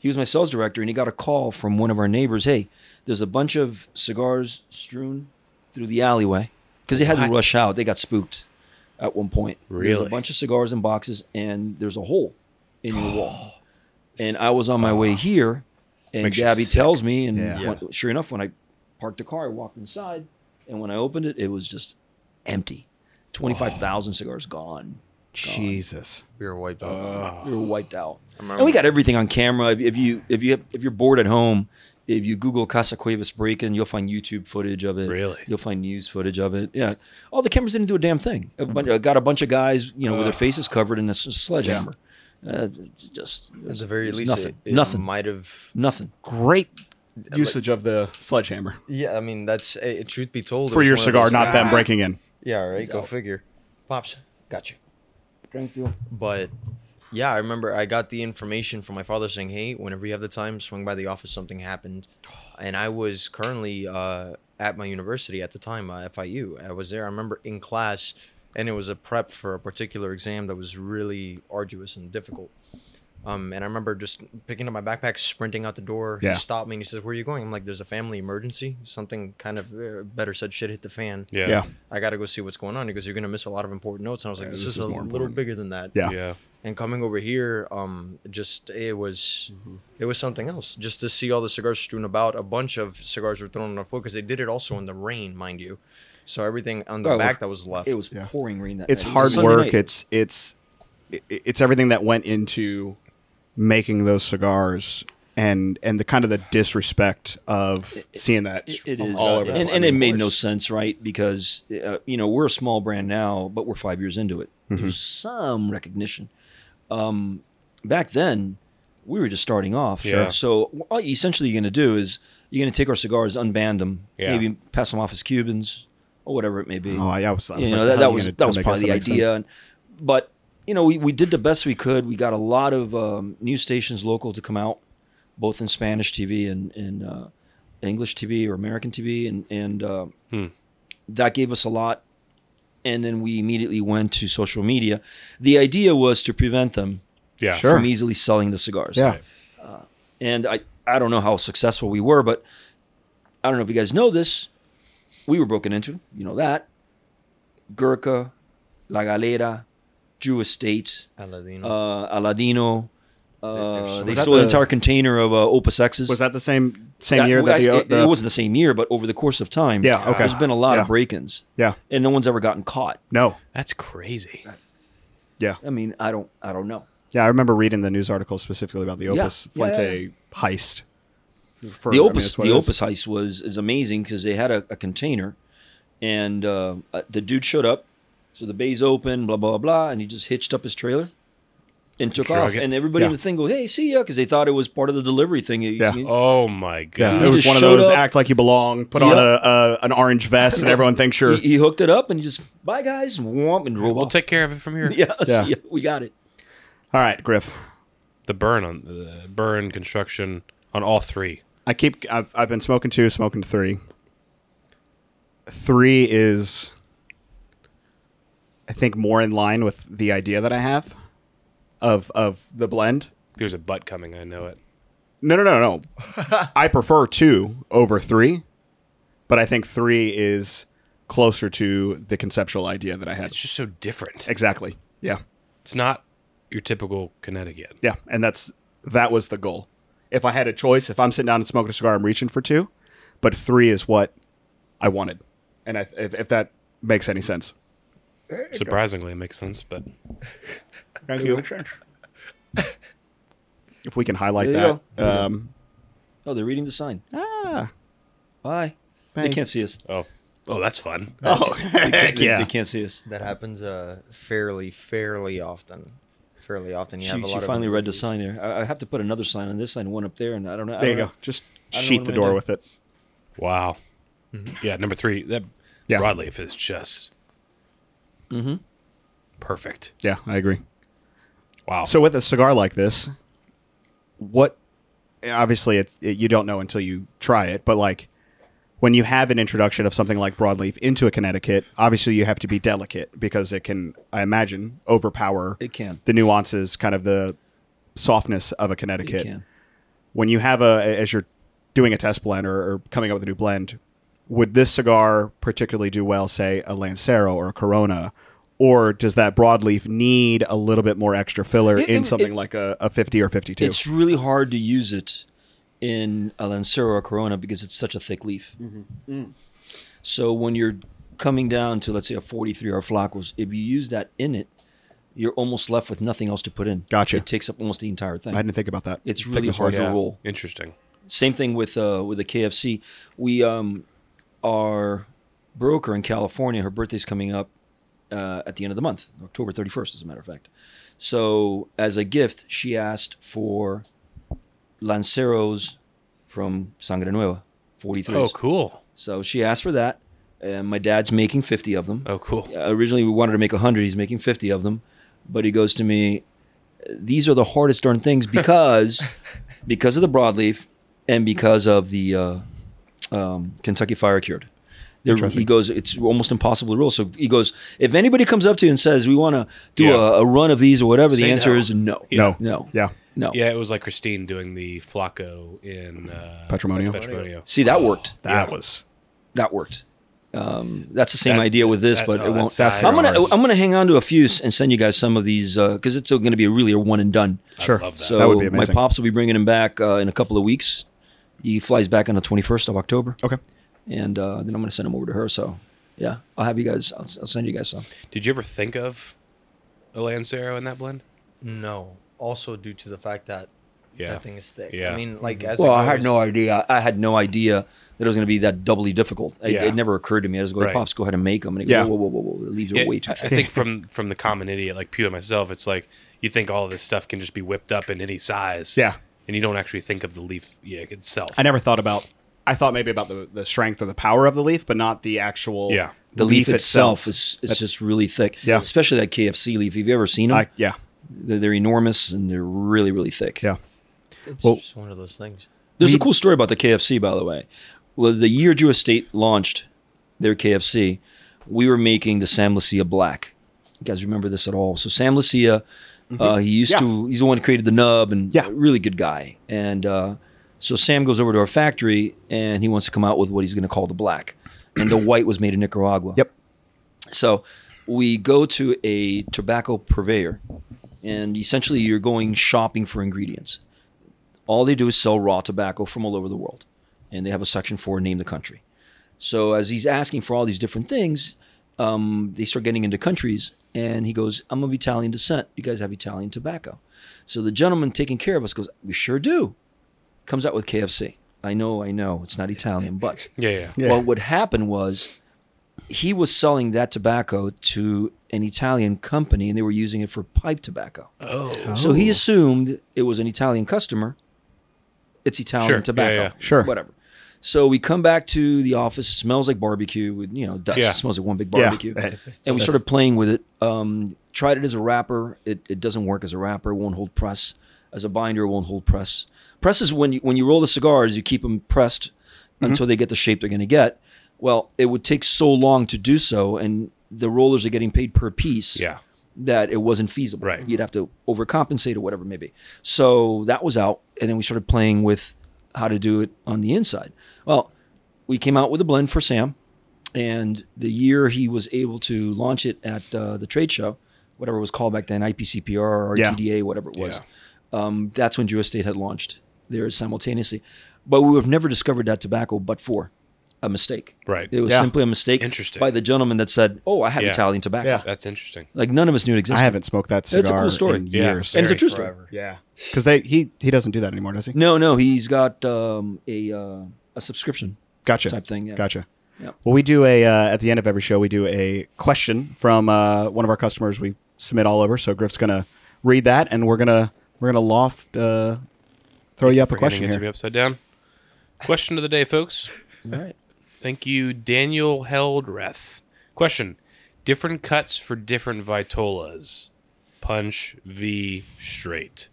[SPEAKER 3] he was my sales director, and he got a call from one of our neighbors. Hey, there's a bunch of cigars strewn through the alleyway because they had to
[SPEAKER 4] What?
[SPEAKER 3] rush out. They got spooked at one point. There's
[SPEAKER 4] Really?
[SPEAKER 3] a bunch of cigars in boxes, and there's a hole in your wall. And I was on my way here, and
[SPEAKER 4] Makes you
[SPEAKER 3] Gabby
[SPEAKER 4] sick.
[SPEAKER 3] tells me, and
[SPEAKER 2] Yeah.
[SPEAKER 3] when- sure enough, when I parked the car, I walked inside, and when I opened it, it was just empty. Twenty-five thousand
[SPEAKER 2] Oh.
[SPEAKER 3] cigars gone.
[SPEAKER 2] Jesus.
[SPEAKER 5] We were wiped out.
[SPEAKER 2] Oh.
[SPEAKER 3] We were wiped out,
[SPEAKER 5] remember-
[SPEAKER 3] and we got everything on camera. If, if you if you if you're bored at home, if you Google Casa Cuevas break-in, you'll find YouTube footage of it.
[SPEAKER 4] Really?
[SPEAKER 3] you'll find news footage of it. Yeah, all the cameras didn't do a damn thing. A bunch,
[SPEAKER 2] Mm-hmm.
[SPEAKER 3] I got a bunch of guys, you know, with their faces covered in a s- sledgehammer. Uh, just
[SPEAKER 5] At the very least,
[SPEAKER 3] nothing,
[SPEAKER 5] it, it
[SPEAKER 3] nothing,
[SPEAKER 5] might have.
[SPEAKER 3] nothing.
[SPEAKER 2] Great usage of the sledgehammer
[SPEAKER 5] Yeah, I mean that's. eh, truth be told, it
[SPEAKER 2] for
[SPEAKER 5] was
[SPEAKER 2] your
[SPEAKER 5] one of
[SPEAKER 2] cigar,
[SPEAKER 5] those
[SPEAKER 2] not
[SPEAKER 5] things-
[SPEAKER 2] them breaking in.
[SPEAKER 5] Yeah, all right. Go figure. Pops, got you.
[SPEAKER 3] Thank you.
[SPEAKER 5] But yeah, I remember I got the information from my father saying, "Hey, whenever you have the time, swing by the office. Something happened." And I was currently uh, at my university at the time, uh, FIU. I was there. I remember in class, and it was a prep for a particular exam that was really arduous and difficult. Um, and I remember just picking up my backpack, sprinting out the door.
[SPEAKER 2] Yeah.
[SPEAKER 5] He stopped me and he says, "Where are you going?" I'm like, "There's a family emergency. Something kind of uh, better said shit hit the fan.
[SPEAKER 4] Yeah.
[SPEAKER 2] Yeah.
[SPEAKER 4] Yeah.
[SPEAKER 5] I got to go see what's going on." He goes, "You're gonna miss a lot of important notes." And I was like,
[SPEAKER 2] Yeah,
[SPEAKER 5] "This,
[SPEAKER 2] this
[SPEAKER 5] is,
[SPEAKER 2] is
[SPEAKER 5] a
[SPEAKER 2] more
[SPEAKER 5] little
[SPEAKER 2] important."
[SPEAKER 5] bigger than that."
[SPEAKER 2] Yeah.
[SPEAKER 5] and coming over here um just it was
[SPEAKER 3] Mm-hmm.
[SPEAKER 5] it was something else just to see all the cigars strewn about a bunch of cigars were thrown on the floor because they did it also in the rain mind you so everything on the
[SPEAKER 3] Oh, it
[SPEAKER 5] back
[SPEAKER 3] was-
[SPEAKER 5] that was left
[SPEAKER 3] It was pouring rain that
[SPEAKER 2] It's
[SPEAKER 3] night. It
[SPEAKER 2] hard
[SPEAKER 3] was a Sunday
[SPEAKER 2] work.
[SPEAKER 3] night.
[SPEAKER 2] It's it's i- it's everything that went into making those cigars and and the kind of the disrespect of seeing that
[SPEAKER 3] It- it is,
[SPEAKER 2] all over.
[SPEAKER 3] and,
[SPEAKER 2] the
[SPEAKER 3] and
[SPEAKER 2] place.
[SPEAKER 3] it made no sense, right? Because uh, you know we're a small brand now, but we're five years into it. There's some recognition. Um, back then, we were just starting off.
[SPEAKER 4] Yeah.
[SPEAKER 3] So all, essentially, you're going to do is you're going to take our cigars, unband them,
[SPEAKER 4] Yeah.
[SPEAKER 3] maybe pass them off as Cubans or whatever it may be
[SPEAKER 2] Oh, yeah, I was, I was like,
[SPEAKER 3] you know,
[SPEAKER 2] how
[SPEAKER 3] that,
[SPEAKER 2] are
[SPEAKER 3] that
[SPEAKER 2] you
[SPEAKER 3] was
[SPEAKER 2] gonna
[SPEAKER 3] that was
[SPEAKER 2] make
[SPEAKER 3] probably the
[SPEAKER 2] make sense?
[SPEAKER 3] idea. And, but you know, we, we did the best we could. We got a lot of um, news stations local to come out, both in Spanish TV and and uh, English TV or American TV, and and uh, that gave us a lot. And then we immediately went to social media. The idea was to prevent them
[SPEAKER 2] Sure.
[SPEAKER 3] from easily selling the cigars Uh,
[SPEAKER 2] Yeah.
[SPEAKER 3] and I, I don't know how successful we were, but I don't know if you guys know this. We were broken into, you know that. Gurkha, La Galera, Jew Estate,
[SPEAKER 5] Aladino.
[SPEAKER 3] uh, Aladino. Uh, they
[SPEAKER 5] sold- Was that
[SPEAKER 3] stole an
[SPEAKER 2] the-
[SPEAKER 3] entire container of uh, Opus X's.
[SPEAKER 2] Was that the same same year that
[SPEAKER 3] I-
[SPEAKER 2] the, uh,
[SPEAKER 3] it,
[SPEAKER 2] the
[SPEAKER 3] it wasn't the same year, but over the course of time,
[SPEAKER 2] Yeah, okay.
[SPEAKER 3] there's been a lot
[SPEAKER 2] Yeah.
[SPEAKER 3] of break-ins,
[SPEAKER 2] Yeah.
[SPEAKER 3] and no one's ever gotten caught.
[SPEAKER 2] No.
[SPEAKER 4] That's crazy.
[SPEAKER 2] Yeah.
[SPEAKER 3] I mean, I don't, I don't know.
[SPEAKER 2] Yeah, I remember reading the news article specifically about the
[SPEAKER 3] Yeah.
[SPEAKER 2] Opus
[SPEAKER 3] Yeah, yeah,
[SPEAKER 2] Fuente heist. For-
[SPEAKER 3] the
[SPEAKER 2] I mean,
[SPEAKER 3] opus
[SPEAKER 2] that's what it
[SPEAKER 3] the
[SPEAKER 2] is.
[SPEAKER 3] opus heist was is amazing because they had a, a container and uh, uh, the dude showed up so the bay's open blah blah blah and he just hitched up his trailer and took
[SPEAKER 4] Drug
[SPEAKER 3] off
[SPEAKER 4] it.
[SPEAKER 3] and everybody in
[SPEAKER 2] Yeah.
[SPEAKER 3] the thing goes hey see ya because they thought it was part of the delivery thing You-
[SPEAKER 2] Yeah.
[SPEAKER 3] you-
[SPEAKER 4] Oh my god.
[SPEAKER 2] Yeah,
[SPEAKER 3] He
[SPEAKER 2] it was
[SPEAKER 3] just
[SPEAKER 2] one of
[SPEAKER 3] showed
[SPEAKER 2] those
[SPEAKER 3] up.
[SPEAKER 2] act like you belong, put on
[SPEAKER 3] Yep.
[SPEAKER 2] a, a an orange vest, and everyone thinks you're.
[SPEAKER 3] he, he hooked it up and he just bye guys and whomp and drove
[SPEAKER 4] We'll
[SPEAKER 3] off.
[SPEAKER 4] take care of it from here.
[SPEAKER 3] yeah,
[SPEAKER 2] Yeah.
[SPEAKER 3] see ya, we got it
[SPEAKER 2] All right, Griff.
[SPEAKER 4] The burn on the burn construction on all three.
[SPEAKER 2] I keep. I've, I've been smoking two, smoking three. Three is, I think, more in line with the idea that I have of of the blend.
[SPEAKER 4] There's a butt coming. I know it.
[SPEAKER 2] No, no, no, no. I prefer two over three, but I think three is closer to the conceptual idea that I had.
[SPEAKER 4] It's just so different.
[SPEAKER 2] Exactly. Yeah.
[SPEAKER 4] It's not your typical Connecticut.
[SPEAKER 2] Yeah, and that's that was the goal. If I had a choice, if I'm sitting down and smoking a cigar, I'm reaching for two, but three is what I wanted, and I, if, if that makes any sense.
[SPEAKER 4] Surprisingly, it makes sense, but
[SPEAKER 2] Thank you. If we can highlight
[SPEAKER 3] There you
[SPEAKER 2] that, um,
[SPEAKER 3] oh they're reading the sign
[SPEAKER 2] ah,
[SPEAKER 3] bye
[SPEAKER 2] Bye.
[SPEAKER 3] they can't see us
[SPEAKER 4] oh, oh, that's fun.
[SPEAKER 2] oh, heck
[SPEAKER 3] They-
[SPEAKER 2] yeah,
[SPEAKER 3] they can't see us
[SPEAKER 5] that happens uh fairly fairly often fairly often you
[SPEAKER 3] she,
[SPEAKER 5] have a
[SPEAKER 3] she
[SPEAKER 5] lot of
[SPEAKER 3] finally read the
[SPEAKER 5] movies.
[SPEAKER 3] sign there I, I have to put another sign on this sign one up there and i don't know I
[SPEAKER 2] there you
[SPEAKER 3] don't
[SPEAKER 2] go.
[SPEAKER 3] know.
[SPEAKER 2] uh, Just
[SPEAKER 3] I don't know
[SPEAKER 2] sheet
[SPEAKER 3] what
[SPEAKER 2] the
[SPEAKER 3] I'm
[SPEAKER 2] door
[SPEAKER 3] gonna
[SPEAKER 2] with it.
[SPEAKER 4] Wow.
[SPEAKER 5] Mm-hmm.
[SPEAKER 4] Yeah, number three. That
[SPEAKER 2] Yeah.
[SPEAKER 5] Mm-hmm.
[SPEAKER 4] broadleaf is just. Perfect.
[SPEAKER 2] Yeah, I agree.
[SPEAKER 4] Wow.
[SPEAKER 2] So with a cigar like this, what obviously it, it, you don't know until you try it, but like when you have an introduction of something like broadleaf into a Connecticut, obviously you have to be delicate because it can, I imagine, overpower
[SPEAKER 3] It can.
[SPEAKER 2] the nuances, kind of the softness of a Connecticut.
[SPEAKER 3] can.
[SPEAKER 2] When you have a as you're doing a test blend or, or coming up with a new blend, would this cigar particularly do well, say a Lancero or a Corona? Or does that broadleaf need a little bit more extra filler
[SPEAKER 3] It-
[SPEAKER 2] in
[SPEAKER 3] it-
[SPEAKER 2] something
[SPEAKER 3] it-
[SPEAKER 2] like a, a 50 or 52?
[SPEAKER 3] It's really hard to use it in a Lancero or Corona because it's such a thick leaf.
[SPEAKER 2] Mm-hmm. Mm.
[SPEAKER 3] So when you're coming down to let's say a 43 or a Flacos, if you use that in it, you're almost left with nothing else to put in.
[SPEAKER 2] Gotcha.
[SPEAKER 3] It takes up almost the entire thing.
[SPEAKER 2] I didn't think about that.
[SPEAKER 3] it's really hard to
[SPEAKER 4] Yeah.
[SPEAKER 3] roll.
[SPEAKER 4] Interesting.
[SPEAKER 3] Same thing with uh, with the KFC. We um, our broker in California. Her birthday's coming up uh, at the end of the month, October thirty first, as a matter of fact. So as a gift, she asked for Lanceros from Sangre Nueva, forty three.
[SPEAKER 4] Oh, cool.
[SPEAKER 3] So she asked for that, and my dad's making fifty of them
[SPEAKER 4] Oh, cool.
[SPEAKER 3] originally we wanted to make 100 he's making 50 of them but he goes to me these are the hardest darn things because because of the broadleaf and because of the uh, um, kentucky fire cured There- he goes it's almost impossible to roll so he goes if anybody comes up to you and says we want to do
[SPEAKER 4] Yeah.
[SPEAKER 3] a, a run of these or whatever the
[SPEAKER 4] Say
[SPEAKER 3] answer
[SPEAKER 4] no.
[SPEAKER 3] is no
[SPEAKER 4] Yeah.
[SPEAKER 2] No.
[SPEAKER 3] no
[SPEAKER 2] Yeah.
[SPEAKER 3] no
[SPEAKER 4] Yeah, it was like Christine doing the Flacco in uh,
[SPEAKER 2] Patrimonio.
[SPEAKER 4] Patrimonio.
[SPEAKER 3] see that worked
[SPEAKER 2] That was
[SPEAKER 3] that worked. Um, that's the same
[SPEAKER 4] That-
[SPEAKER 3] idea with this,
[SPEAKER 4] that-
[SPEAKER 3] but
[SPEAKER 4] oh,
[SPEAKER 3] it won't.
[SPEAKER 4] that's-
[SPEAKER 3] I'm gonna
[SPEAKER 4] that's-
[SPEAKER 3] I'm gonna hang on to a few s- and send you guys some of these because it's going to be really a one and done.
[SPEAKER 2] sure.
[SPEAKER 4] love that.
[SPEAKER 3] So
[SPEAKER 2] would be
[SPEAKER 3] my
[SPEAKER 2] amazing.
[SPEAKER 3] pops will be bringing him back uh, in a couple of weeks. He flies back on the 21st of October,
[SPEAKER 2] Okay.
[SPEAKER 3] and uh, then I'm gonna send him over to her. So yeah, I'll have you guys. I'll, s- I'll send you guys some.
[SPEAKER 4] Did you ever think of a Lancero in that blend?
[SPEAKER 5] No. Also due to the fact that
[SPEAKER 4] Yeah.
[SPEAKER 5] that thing is thick.
[SPEAKER 4] Yeah.
[SPEAKER 5] I mean, like as
[SPEAKER 3] Mm-hmm. Well,
[SPEAKER 5] it
[SPEAKER 3] I had
[SPEAKER 5] goes-
[SPEAKER 3] no idea. I had no idea that it was going to be that doubly difficult. It,
[SPEAKER 4] Yeah.
[SPEAKER 3] it never occurred to me. I just go, hey,
[SPEAKER 4] Right.
[SPEAKER 3] pops, go ahead and make them. And he
[SPEAKER 2] Yeah.
[SPEAKER 3] goes, whoa, whoa, whoa, whoa, the leaves are
[SPEAKER 4] Yeah,
[SPEAKER 3] way too
[SPEAKER 4] I, I
[SPEAKER 3] thick.
[SPEAKER 4] think from from the common idiot like Pew and myself, it's like you think all of this stuff can just be whipped up in any size.
[SPEAKER 2] Yeah.
[SPEAKER 4] And you don't actually think of the leaf yeah, itself.
[SPEAKER 2] I never thought about. I thought maybe about the, the strength or the power of the leaf, but not the actual
[SPEAKER 4] Yeah.
[SPEAKER 3] the leaf, itself, is it's just really thick.
[SPEAKER 2] Yeah.
[SPEAKER 3] Especially that KFC leaf. Have you ever seen them?
[SPEAKER 2] I, yeah,
[SPEAKER 3] they're, they're enormous and they're really, really thick.
[SPEAKER 2] yeah.
[SPEAKER 5] It's just one of those things.
[SPEAKER 3] There's a cool story about the KFC, by the way. Well, the year Drew Estate launched their KFC, we were making the Sam Lucia Black. You guys remember this at all? So Sam Lucia, uh, he used
[SPEAKER 2] Mm-hmm. Yeah.
[SPEAKER 3] to, he's the one who created the nub and
[SPEAKER 2] Yeah.
[SPEAKER 3] a really good guy. And uh, so Sam goes over to our factory and he wants to come out with what he's going to call the black. And the white was made in Nicaragua.
[SPEAKER 2] Yep.
[SPEAKER 3] So we go to a tobacco purveyor, and essentially you're going shopping for ingredients. All they do is sell raw tobacco from all over the world, and they have a section for name the country. So as he's asking for all these different things, um, they start getting into countries, and he goes, "I'm of Italian descent. You guys have Italian tobacco." So the gentleman taking care of us goes, "We sure do." Comes out with KFC. I know, I know, it's not Italian, but
[SPEAKER 4] yeah, yeah.
[SPEAKER 3] well, what happened was he was selling that tobacco to an Italian company and they were using it for pipe tobacco.
[SPEAKER 4] Oh.
[SPEAKER 3] So he assumed it was an Italian customer. It's Italian
[SPEAKER 4] Sure. Yeah,
[SPEAKER 3] tobacco.
[SPEAKER 4] yeah.
[SPEAKER 2] Sure.
[SPEAKER 3] Whatever. So we come back to the office. It smells like barbecue with, you know, dust.
[SPEAKER 4] Yeah.
[SPEAKER 3] It smells like one big
[SPEAKER 2] Yeah.
[SPEAKER 3] barbecue. And we started playing with it. Um, tried it as a wrapper. It, it doesn't work as a wrapper. It won't hold press. As a binder, it won't hold press. Press is when you, when you roll the cigars, you keep them pressed until they get the shape they're going to get. Well, it would take so long to do so. And the rollers are getting paid per piece
[SPEAKER 4] Yeah.
[SPEAKER 3] that it wasn't feasible.
[SPEAKER 4] Right.
[SPEAKER 3] You'd have to overcompensate or whatever it may be. So that was out. And then we started playing with how to do it on the inside. Well, we came out with a blend for Sam. And the year he was able to launch it at uh, the trade show, whatever it was called back then, IPCPR or
[SPEAKER 2] Yeah.
[SPEAKER 3] TDA, whatever it was, um, that's when Drew Estate had launched there simultaneously. But we would have never discovered that tobacco but for a mistake.
[SPEAKER 4] Right.
[SPEAKER 3] It was
[SPEAKER 2] Yeah.
[SPEAKER 3] simply a mistake
[SPEAKER 4] Interesting.
[SPEAKER 3] by the gentleman that said, Oh, I have
[SPEAKER 4] Yeah.
[SPEAKER 3] Italian tobacco.
[SPEAKER 2] Yeah.
[SPEAKER 4] That's interesting.
[SPEAKER 3] Like none of us knew it existed.
[SPEAKER 2] I haven't smoked that cigar
[SPEAKER 3] That's a cool story.
[SPEAKER 2] in
[SPEAKER 4] Yeah.
[SPEAKER 2] years.
[SPEAKER 3] and it's a
[SPEAKER 4] Very
[SPEAKER 3] true story.
[SPEAKER 5] Forever.
[SPEAKER 2] Yeah, because they he he doesn't do that anymore, does he?
[SPEAKER 3] No, no, he's got um, a uh, a subscription.
[SPEAKER 2] Gotcha.
[SPEAKER 3] Type thing, yeah.
[SPEAKER 2] Gotcha.
[SPEAKER 3] Yep.
[SPEAKER 2] Well, we do a uh, at the end of every show we do a question from uh, one of our customers we submit all over. So Griff's gonna read that, and we're gonna we're gonna loft uh, throw you up a
[SPEAKER 4] We're getting
[SPEAKER 2] question
[SPEAKER 4] it to be
[SPEAKER 2] here.
[SPEAKER 4] upside down. Question of the day, folks.
[SPEAKER 3] All right.
[SPEAKER 4] Thank you, Daniel Heldreth. Question Different cuts for different vitolas. Punch V straight.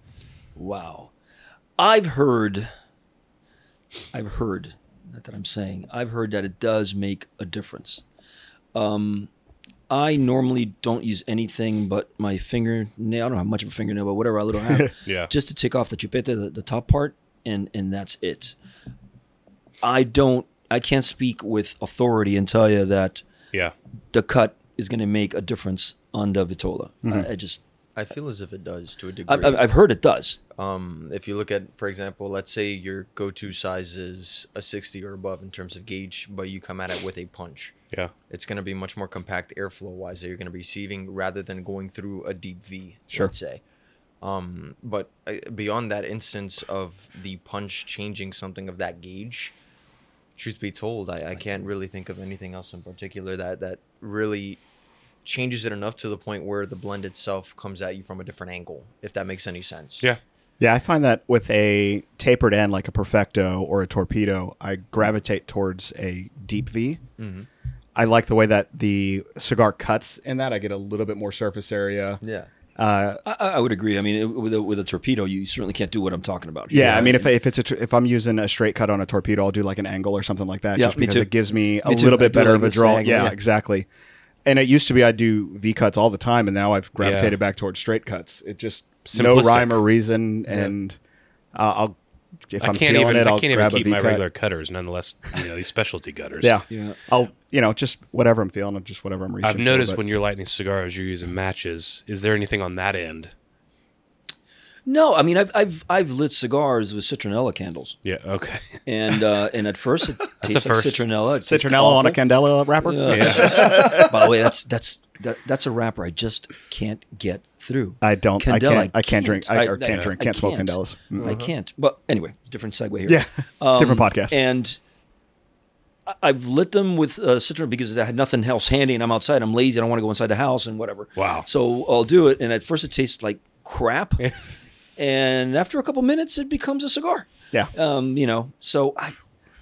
[SPEAKER 3] Wow. I've heard, I've heard, not that I'm saying, I've heard that it does make a difference. Um, I normally don't use anything but my fingernail. I don't have much of a fingernail, but whatever I little have,
[SPEAKER 4] Yeah.
[SPEAKER 3] just to take off the chupeta, the, the top part, and and that's it. I don't, I can't speak with authority and tell you that
[SPEAKER 4] Yeah.
[SPEAKER 3] the cut is going to make a difference on the vitola.
[SPEAKER 2] Mm-hmm.
[SPEAKER 3] I, I just,
[SPEAKER 5] I feel as if it does to a degree.
[SPEAKER 3] I, I- I've heard it does.
[SPEAKER 5] um, if you look at, for example, let's say your go-to size is a 60 or above in terms of gauge, but you come at it with a punch.
[SPEAKER 4] Yeah.
[SPEAKER 5] It's going to be much more compact airflow-wise that you're going to be receiving rather than going through a deep V.
[SPEAKER 3] Sure.
[SPEAKER 5] Let's say. Um, but uh, beyond that instance of the punch changing something of that gauge, truth be told, I, I can't really think of anything else in particular that that really changes it enough to the point where the blend itself comes at you from a different angle, if that makes any sense.
[SPEAKER 4] Yeah.
[SPEAKER 2] Yeah, I find that with a tapered end like a Perfecto or a Torpedo, I gravitate towards a deep V.
[SPEAKER 4] Mm-hmm.
[SPEAKER 2] I like the way that the cigar cuts in that. I get a little bit more surface area.
[SPEAKER 5] Yeah.
[SPEAKER 3] Uh, I, I I would agree. I mean, it, with a, with a torpedo, you certainly can't do what I'm talking about. here.
[SPEAKER 2] Yeah, I mean, if, if it's a tr- if I'm using a straight cut on a torpedo, I'll do like an angle or something like that.
[SPEAKER 3] Yeah,
[SPEAKER 2] just
[SPEAKER 3] me
[SPEAKER 2] because
[SPEAKER 3] too.
[SPEAKER 2] It gives me a
[SPEAKER 3] Me too.
[SPEAKER 2] little
[SPEAKER 3] I
[SPEAKER 2] bit
[SPEAKER 3] do
[SPEAKER 2] better
[SPEAKER 3] like
[SPEAKER 2] of a
[SPEAKER 3] this
[SPEAKER 2] draw.
[SPEAKER 3] angle,
[SPEAKER 2] yeah,
[SPEAKER 3] yeah.
[SPEAKER 2] exactly. And it used to be I do V cuts all the time, and now I've gravitated back towards straight cuts. It just no
[SPEAKER 4] Simplistic.
[SPEAKER 2] rhyme or reason, and uh, I'll if
[SPEAKER 4] I
[SPEAKER 2] I'm
[SPEAKER 4] can't
[SPEAKER 2] feeling
[SPEAKER 4] even.
[SPEAKER 2] it, I'll
[SPEAKER 4] I can't even
[SPEAKER 2] grab
[SPEAKER 4] keep
[SPEAKER 2] a
[SPEAKER 4] my
[SPEAKER 2] V-cut.
[SPEAKER 4] regular cutters. Nonetheless, you know these specialty cutters.
[SPEAKER 2] Yeah.
[SPEAKER 3] Yeah.
[SPEAKER 2] I'll, you know, just whatever I'm feeling, just whatever I'm reaching.
[SPEAKER 4] I've noticed when you're lighting cigars, you're using matches. Is there anything on that end?
[SPEAKER 3] No, I mean, I've I've I've lit cigars with citronella candles,
[SPEAKER 4] Yeah. Okay.
[SPEAKER 3] and uh, and at first it tastes like
[SPEAKER 4] first.
[SPEAKER 3] citronella. It tastes
[SPEAKER 2] citronella on a
[SPEAKER 3] awful.
[SPEAKER 2] candela wrapper.
[SPEAKER 3] Yeah, it's just- By the way, that's that's that, that's a wrapper I just can't get through.
[SPEAKER 2] I don't. I
[SPEAKER 3] Candela,
[SPEAKER 2] can't. I can't drink. I, or
[SPEAKER 3] I-
[SPEAKER 2] can't drink.
[SPEAKER 3] I
[SPEAKER 2] Can't smoke candelas. Mm.
[SPEAKER 3] I can't. But anyway, different segue here.
[SPEAKER 2] Yeah. Different podcast.
[SPEAKER 3] Um, And I- I've lit them with uh, citron because I had nothing else handy, and I'm outside. I'm lazy. I don't want to go inside the house and whatever.
[SPEAKER 4] Wow.
[SPEAKER 3] So I'll do it, and at first it tastes like crap, and after a couple minutes it becomes a cigar.
[SPEAKER 2] yeah.
[SPEAKER 3] Um, you know, so I, I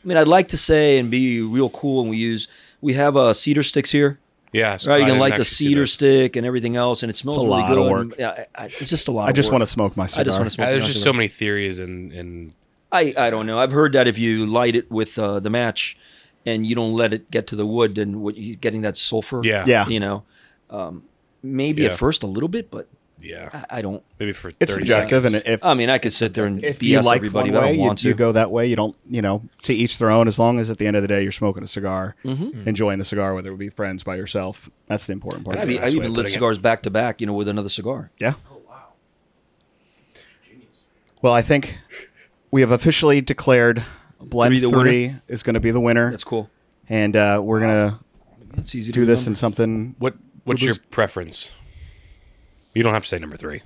[SPEAKER 3] mean, I'd like to say and be real cool, and we use we have uh, cedar sticks here.
[SPEAKER 4] Yeah. so
[SPEAKER 3] Right,
[SPEAKER 4] I
[SPEAKER 3] you can
[SPEAKER 4] didn't
[SPEAKER 3] light the
[SPEAKER 4] actually see
[SPEAKER 3] cedar
[SPEAKER 4] those.
[SPEAKER 3] stick and everything else, and it smells
[SPEAKER 2] It's a
[SPEAKER 3] really
[SPEAKER 2] lot of
[SPEAKER 3] good.
[SPEAKER 2] work.
[SPEAKER 3] and, yeah, I, I, it's just a lot.
[SPEAKER 2] I
[SPEAKER 3] of
[SPEAKER 2] just
[SPEAKER 3] work.
[SPEAKER 2] want to smoke my cigar.
[SPEAKER 3] I just want to smoke.
[SPEAKER 4] Uh, there's
[SPEAKER 3] my
[SPEAKER 4] just
[SPEAKER 3] cigar.
[SPEAKER 4] so many theories and and
[SPEAKER 3] I, I don't know. I've heard that if you light it with uh, the match and you don't let it get to the wood, then what you're getting that sulfur.
[SPEAKER 4] yeah.
[SPEAKER 2] Yeah.
[SPEAKER 3] You know, um, maybe
[SPEAKER 4] Yeah.
[SPEAKER 3] at first a little bit, but
[SPEAKER 4] Yeah.
[SPEAKER 3] I, I don't.
[SPEAKER 4] Maybe for
[SPEAKER 2] It's
[SPEAKER 4] 30
[SPEAKER 2] subjective,
[SPEAKER 4] seconds.
[SPEAKER 2] and if
[SPEAKER 3] I mean, I could sit there and
[SPEAKER 2] if
[SPEAKER 3] BS
[SPEAKER 2] you like
[SPEAKER 3] Um, everybody,
[SPEAKER 2] one
[SPEAKER 3] but I
[SPEAKER 2] way,
[SPEAKER 3] don't
[SPEAKER 2] you,
[SPEAKER 3] want
[SPEAKER 2] you
[SPEAKER 3] to.
[SPEAKER 2] go that way. You don't. You know, to each their own. As long as at the end of the day you're smoking a cigar,
[SPEAKER 3] Mm-hmm.
[SPEAKER 2] enjoying the cigar, whether it be friends by yourself. That's the important part.
[SPEAKER 3] I've,
[SPEAKER 4] the nice way
[SPEAKER 3] even
[SPEAKER 4] of
[SPEAKER 3] lit
[SPEAKER 4] putting it.
[SPEAKER 3] cigars back to back, you know, with another cigar.
[SPEAKER 2] Yeah. Oh wow. Well, I think we have officially declared blend
[SPEAKER 3] To be the
[SPEAKER 2] three is going to be the winner,
[SPEAKER 3] That's cool.
[SPEAKER 2] and uh, we're going to
[SPEAKER 3] It's easy to
[SPEAKER 2] do this in
[SPEAKER 3] remember.
[SPEAKER 2] something.
[SPEAKER 4] What
[SPEAKER 2] What
[SPEAKER 4] what's your
[SPEAKER 2] was-
[SPEAKER 4] preference? You don't have to say number three.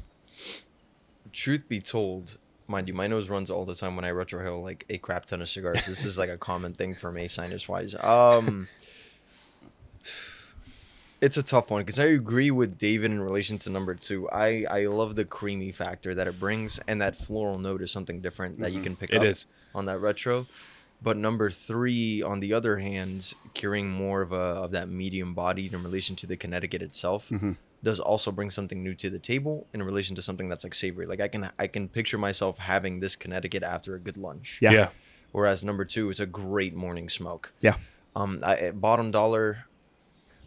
[SPEAKER 5] Truth be told, mind you, my nose runs all the time when I retrohale like a crap ton of cigars. This is like a common thing for me, sinus wise. Um, it's a tough one because I agree with David in relation to number two. I I love the creamy factor that it brings, and that floral note is something different that you can pick
[SPEAKER 4] Mm-hmm. It
[SPEAKER 5] up
[SPEAKER 4] is.
[SPEAKER 5] on that retro. But number three, on the other hand, carrying more of a of that medium body in relation to the Connecticut itself, does also bring something new to the table in relation to something that's like savory. Like I can I can picture myself having this Connecticut after a good lunch.
[SPEAKER 2] Yeah.
[SPEAKER 4] Yeah.
[SPEAKER 5] Whereas number two is a great morning smoke.
[SPEAKER 2] Yeah.
[SPEAKER 5] Um, I, at bottom dollar,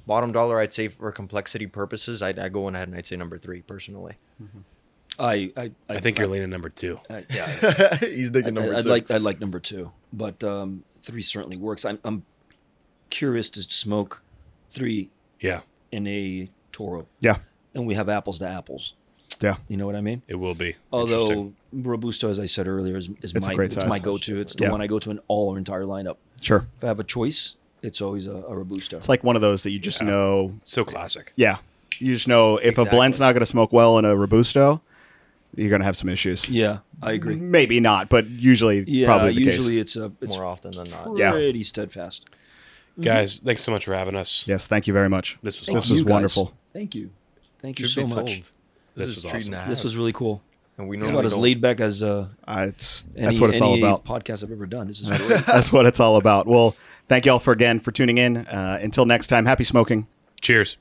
[SPEAKER 5] bottom dollar, I'd say for complexity purposes, I'd, i go ahead and I'd say number three personally.
[SPEAKER 3] I, I, I,
[SPEAKER 4] I think you're leaning number two.
[SPEAKER 3] I- yeah.
[SPEAKER 5] He's thinking
[SPEAKER 3] I,
[SPEAKER 5] number
[SPEAKER 3] I'd
[SPEAKER 5] two.
[SPEAKER 3] like I'd like number two, but um, three certainly works. I'm, I'm curious to smoke three
[SPEAKER 4] Yeah.
[SPEAKER 3] in a Toro,
[SPEAKER 2] Yeah.
[SPEAKER 3] and we have apples to apples.
[SPEAKER 2] Yeah.
[SPEAKER 3] You know what I mean?
[SPEAKER 4] It will be. Interesting.
[SPEAKER 3] Although Robusto, as I said earlier, is, is
[SPEAKER 2] It's a
[SPEAKER 3] my
[SPEAKER 2] great
[SPEAKER 3] it's
[SPEAKER 2] size.
[SPEAKER 3] my go-to. It's the
[SPEAKER 2] Yeah.
[SPEAKER 3] one I go to in all our entire lineup.
[SPEAKER 2] Sure.
[SPEAKER 3] If I have a choice, it's always a, a Robusto.
[SPEAKER 2] It's like one of those that you just know.
[SPEAKER 4] so classic.
[SPEAKER 2] Yeah. You just know if a blend's not going to smoke well in a robusto, you're going to have some issues.
[SPEAKER 3] yeah, I agree.
[SPEAKER 2] Maybe not, but usually
[SPEAKER 3] Yeah,
[SPEAKER 2] Mm-hmm. probably the
[SPEAKER 3] usually
[SPEAKER 2] case.
[SPEAKER 3] it's a it's
[SPEAKER 5] more often than not.
[SPEAKER 2] Yeah.
[SPEAKER 3] pretty steadfast.
[SPEAKER 4] Guys, thanks so much for having us.
[SPEAKER 2] Yes. Thank you very much.
[SPEAKER 4] This was
[SPEAKER 3] Thank
[SPEAKER 2] this
[SPEAKER 4] awesome.
[SPEAKER 2] was
[SPEAKER 3] you, guys.
[SPEAKER 2] wonderful.
[SPEAKER 3] Thank you, thank you
[SPEAKER 5] Truth
[SPEAKER 3] so
[SPEAKER 5] be
[SPEAKER 3] much.
[SPEAKER 5] told,
[SPEAKER 4] This
[SPEAKER 5] is
[SPEAKER 4] was
[SPEAKER 5] a treat
[SPEAKER 4] awesome.
[SPEAKER 5] and a half.
[SPEAKER 3] This was really cool.
[SPEAKER 5] and we
[SPEAKER 3] It's
[SPEAKER 5] normally
[SPEAKER 3] about as
[SPEAKER 5] don't-
[SPEAKER 3] laid back as uh,
[SPEAKER 2] Uh, it's
[SPEAKER 3] any,
[SPEAKER 2] that's what it's all
[SPEAKER 3] any
[SPEAKER 2] about.
[SPEAKER 3] podcast I've ever done. This is great.
[SPEAKER 2] That's what it's all about. Well, thank you all for again for tuning in. Uh, until next time, happy smoking.
[SPEAKER 4] Cheers.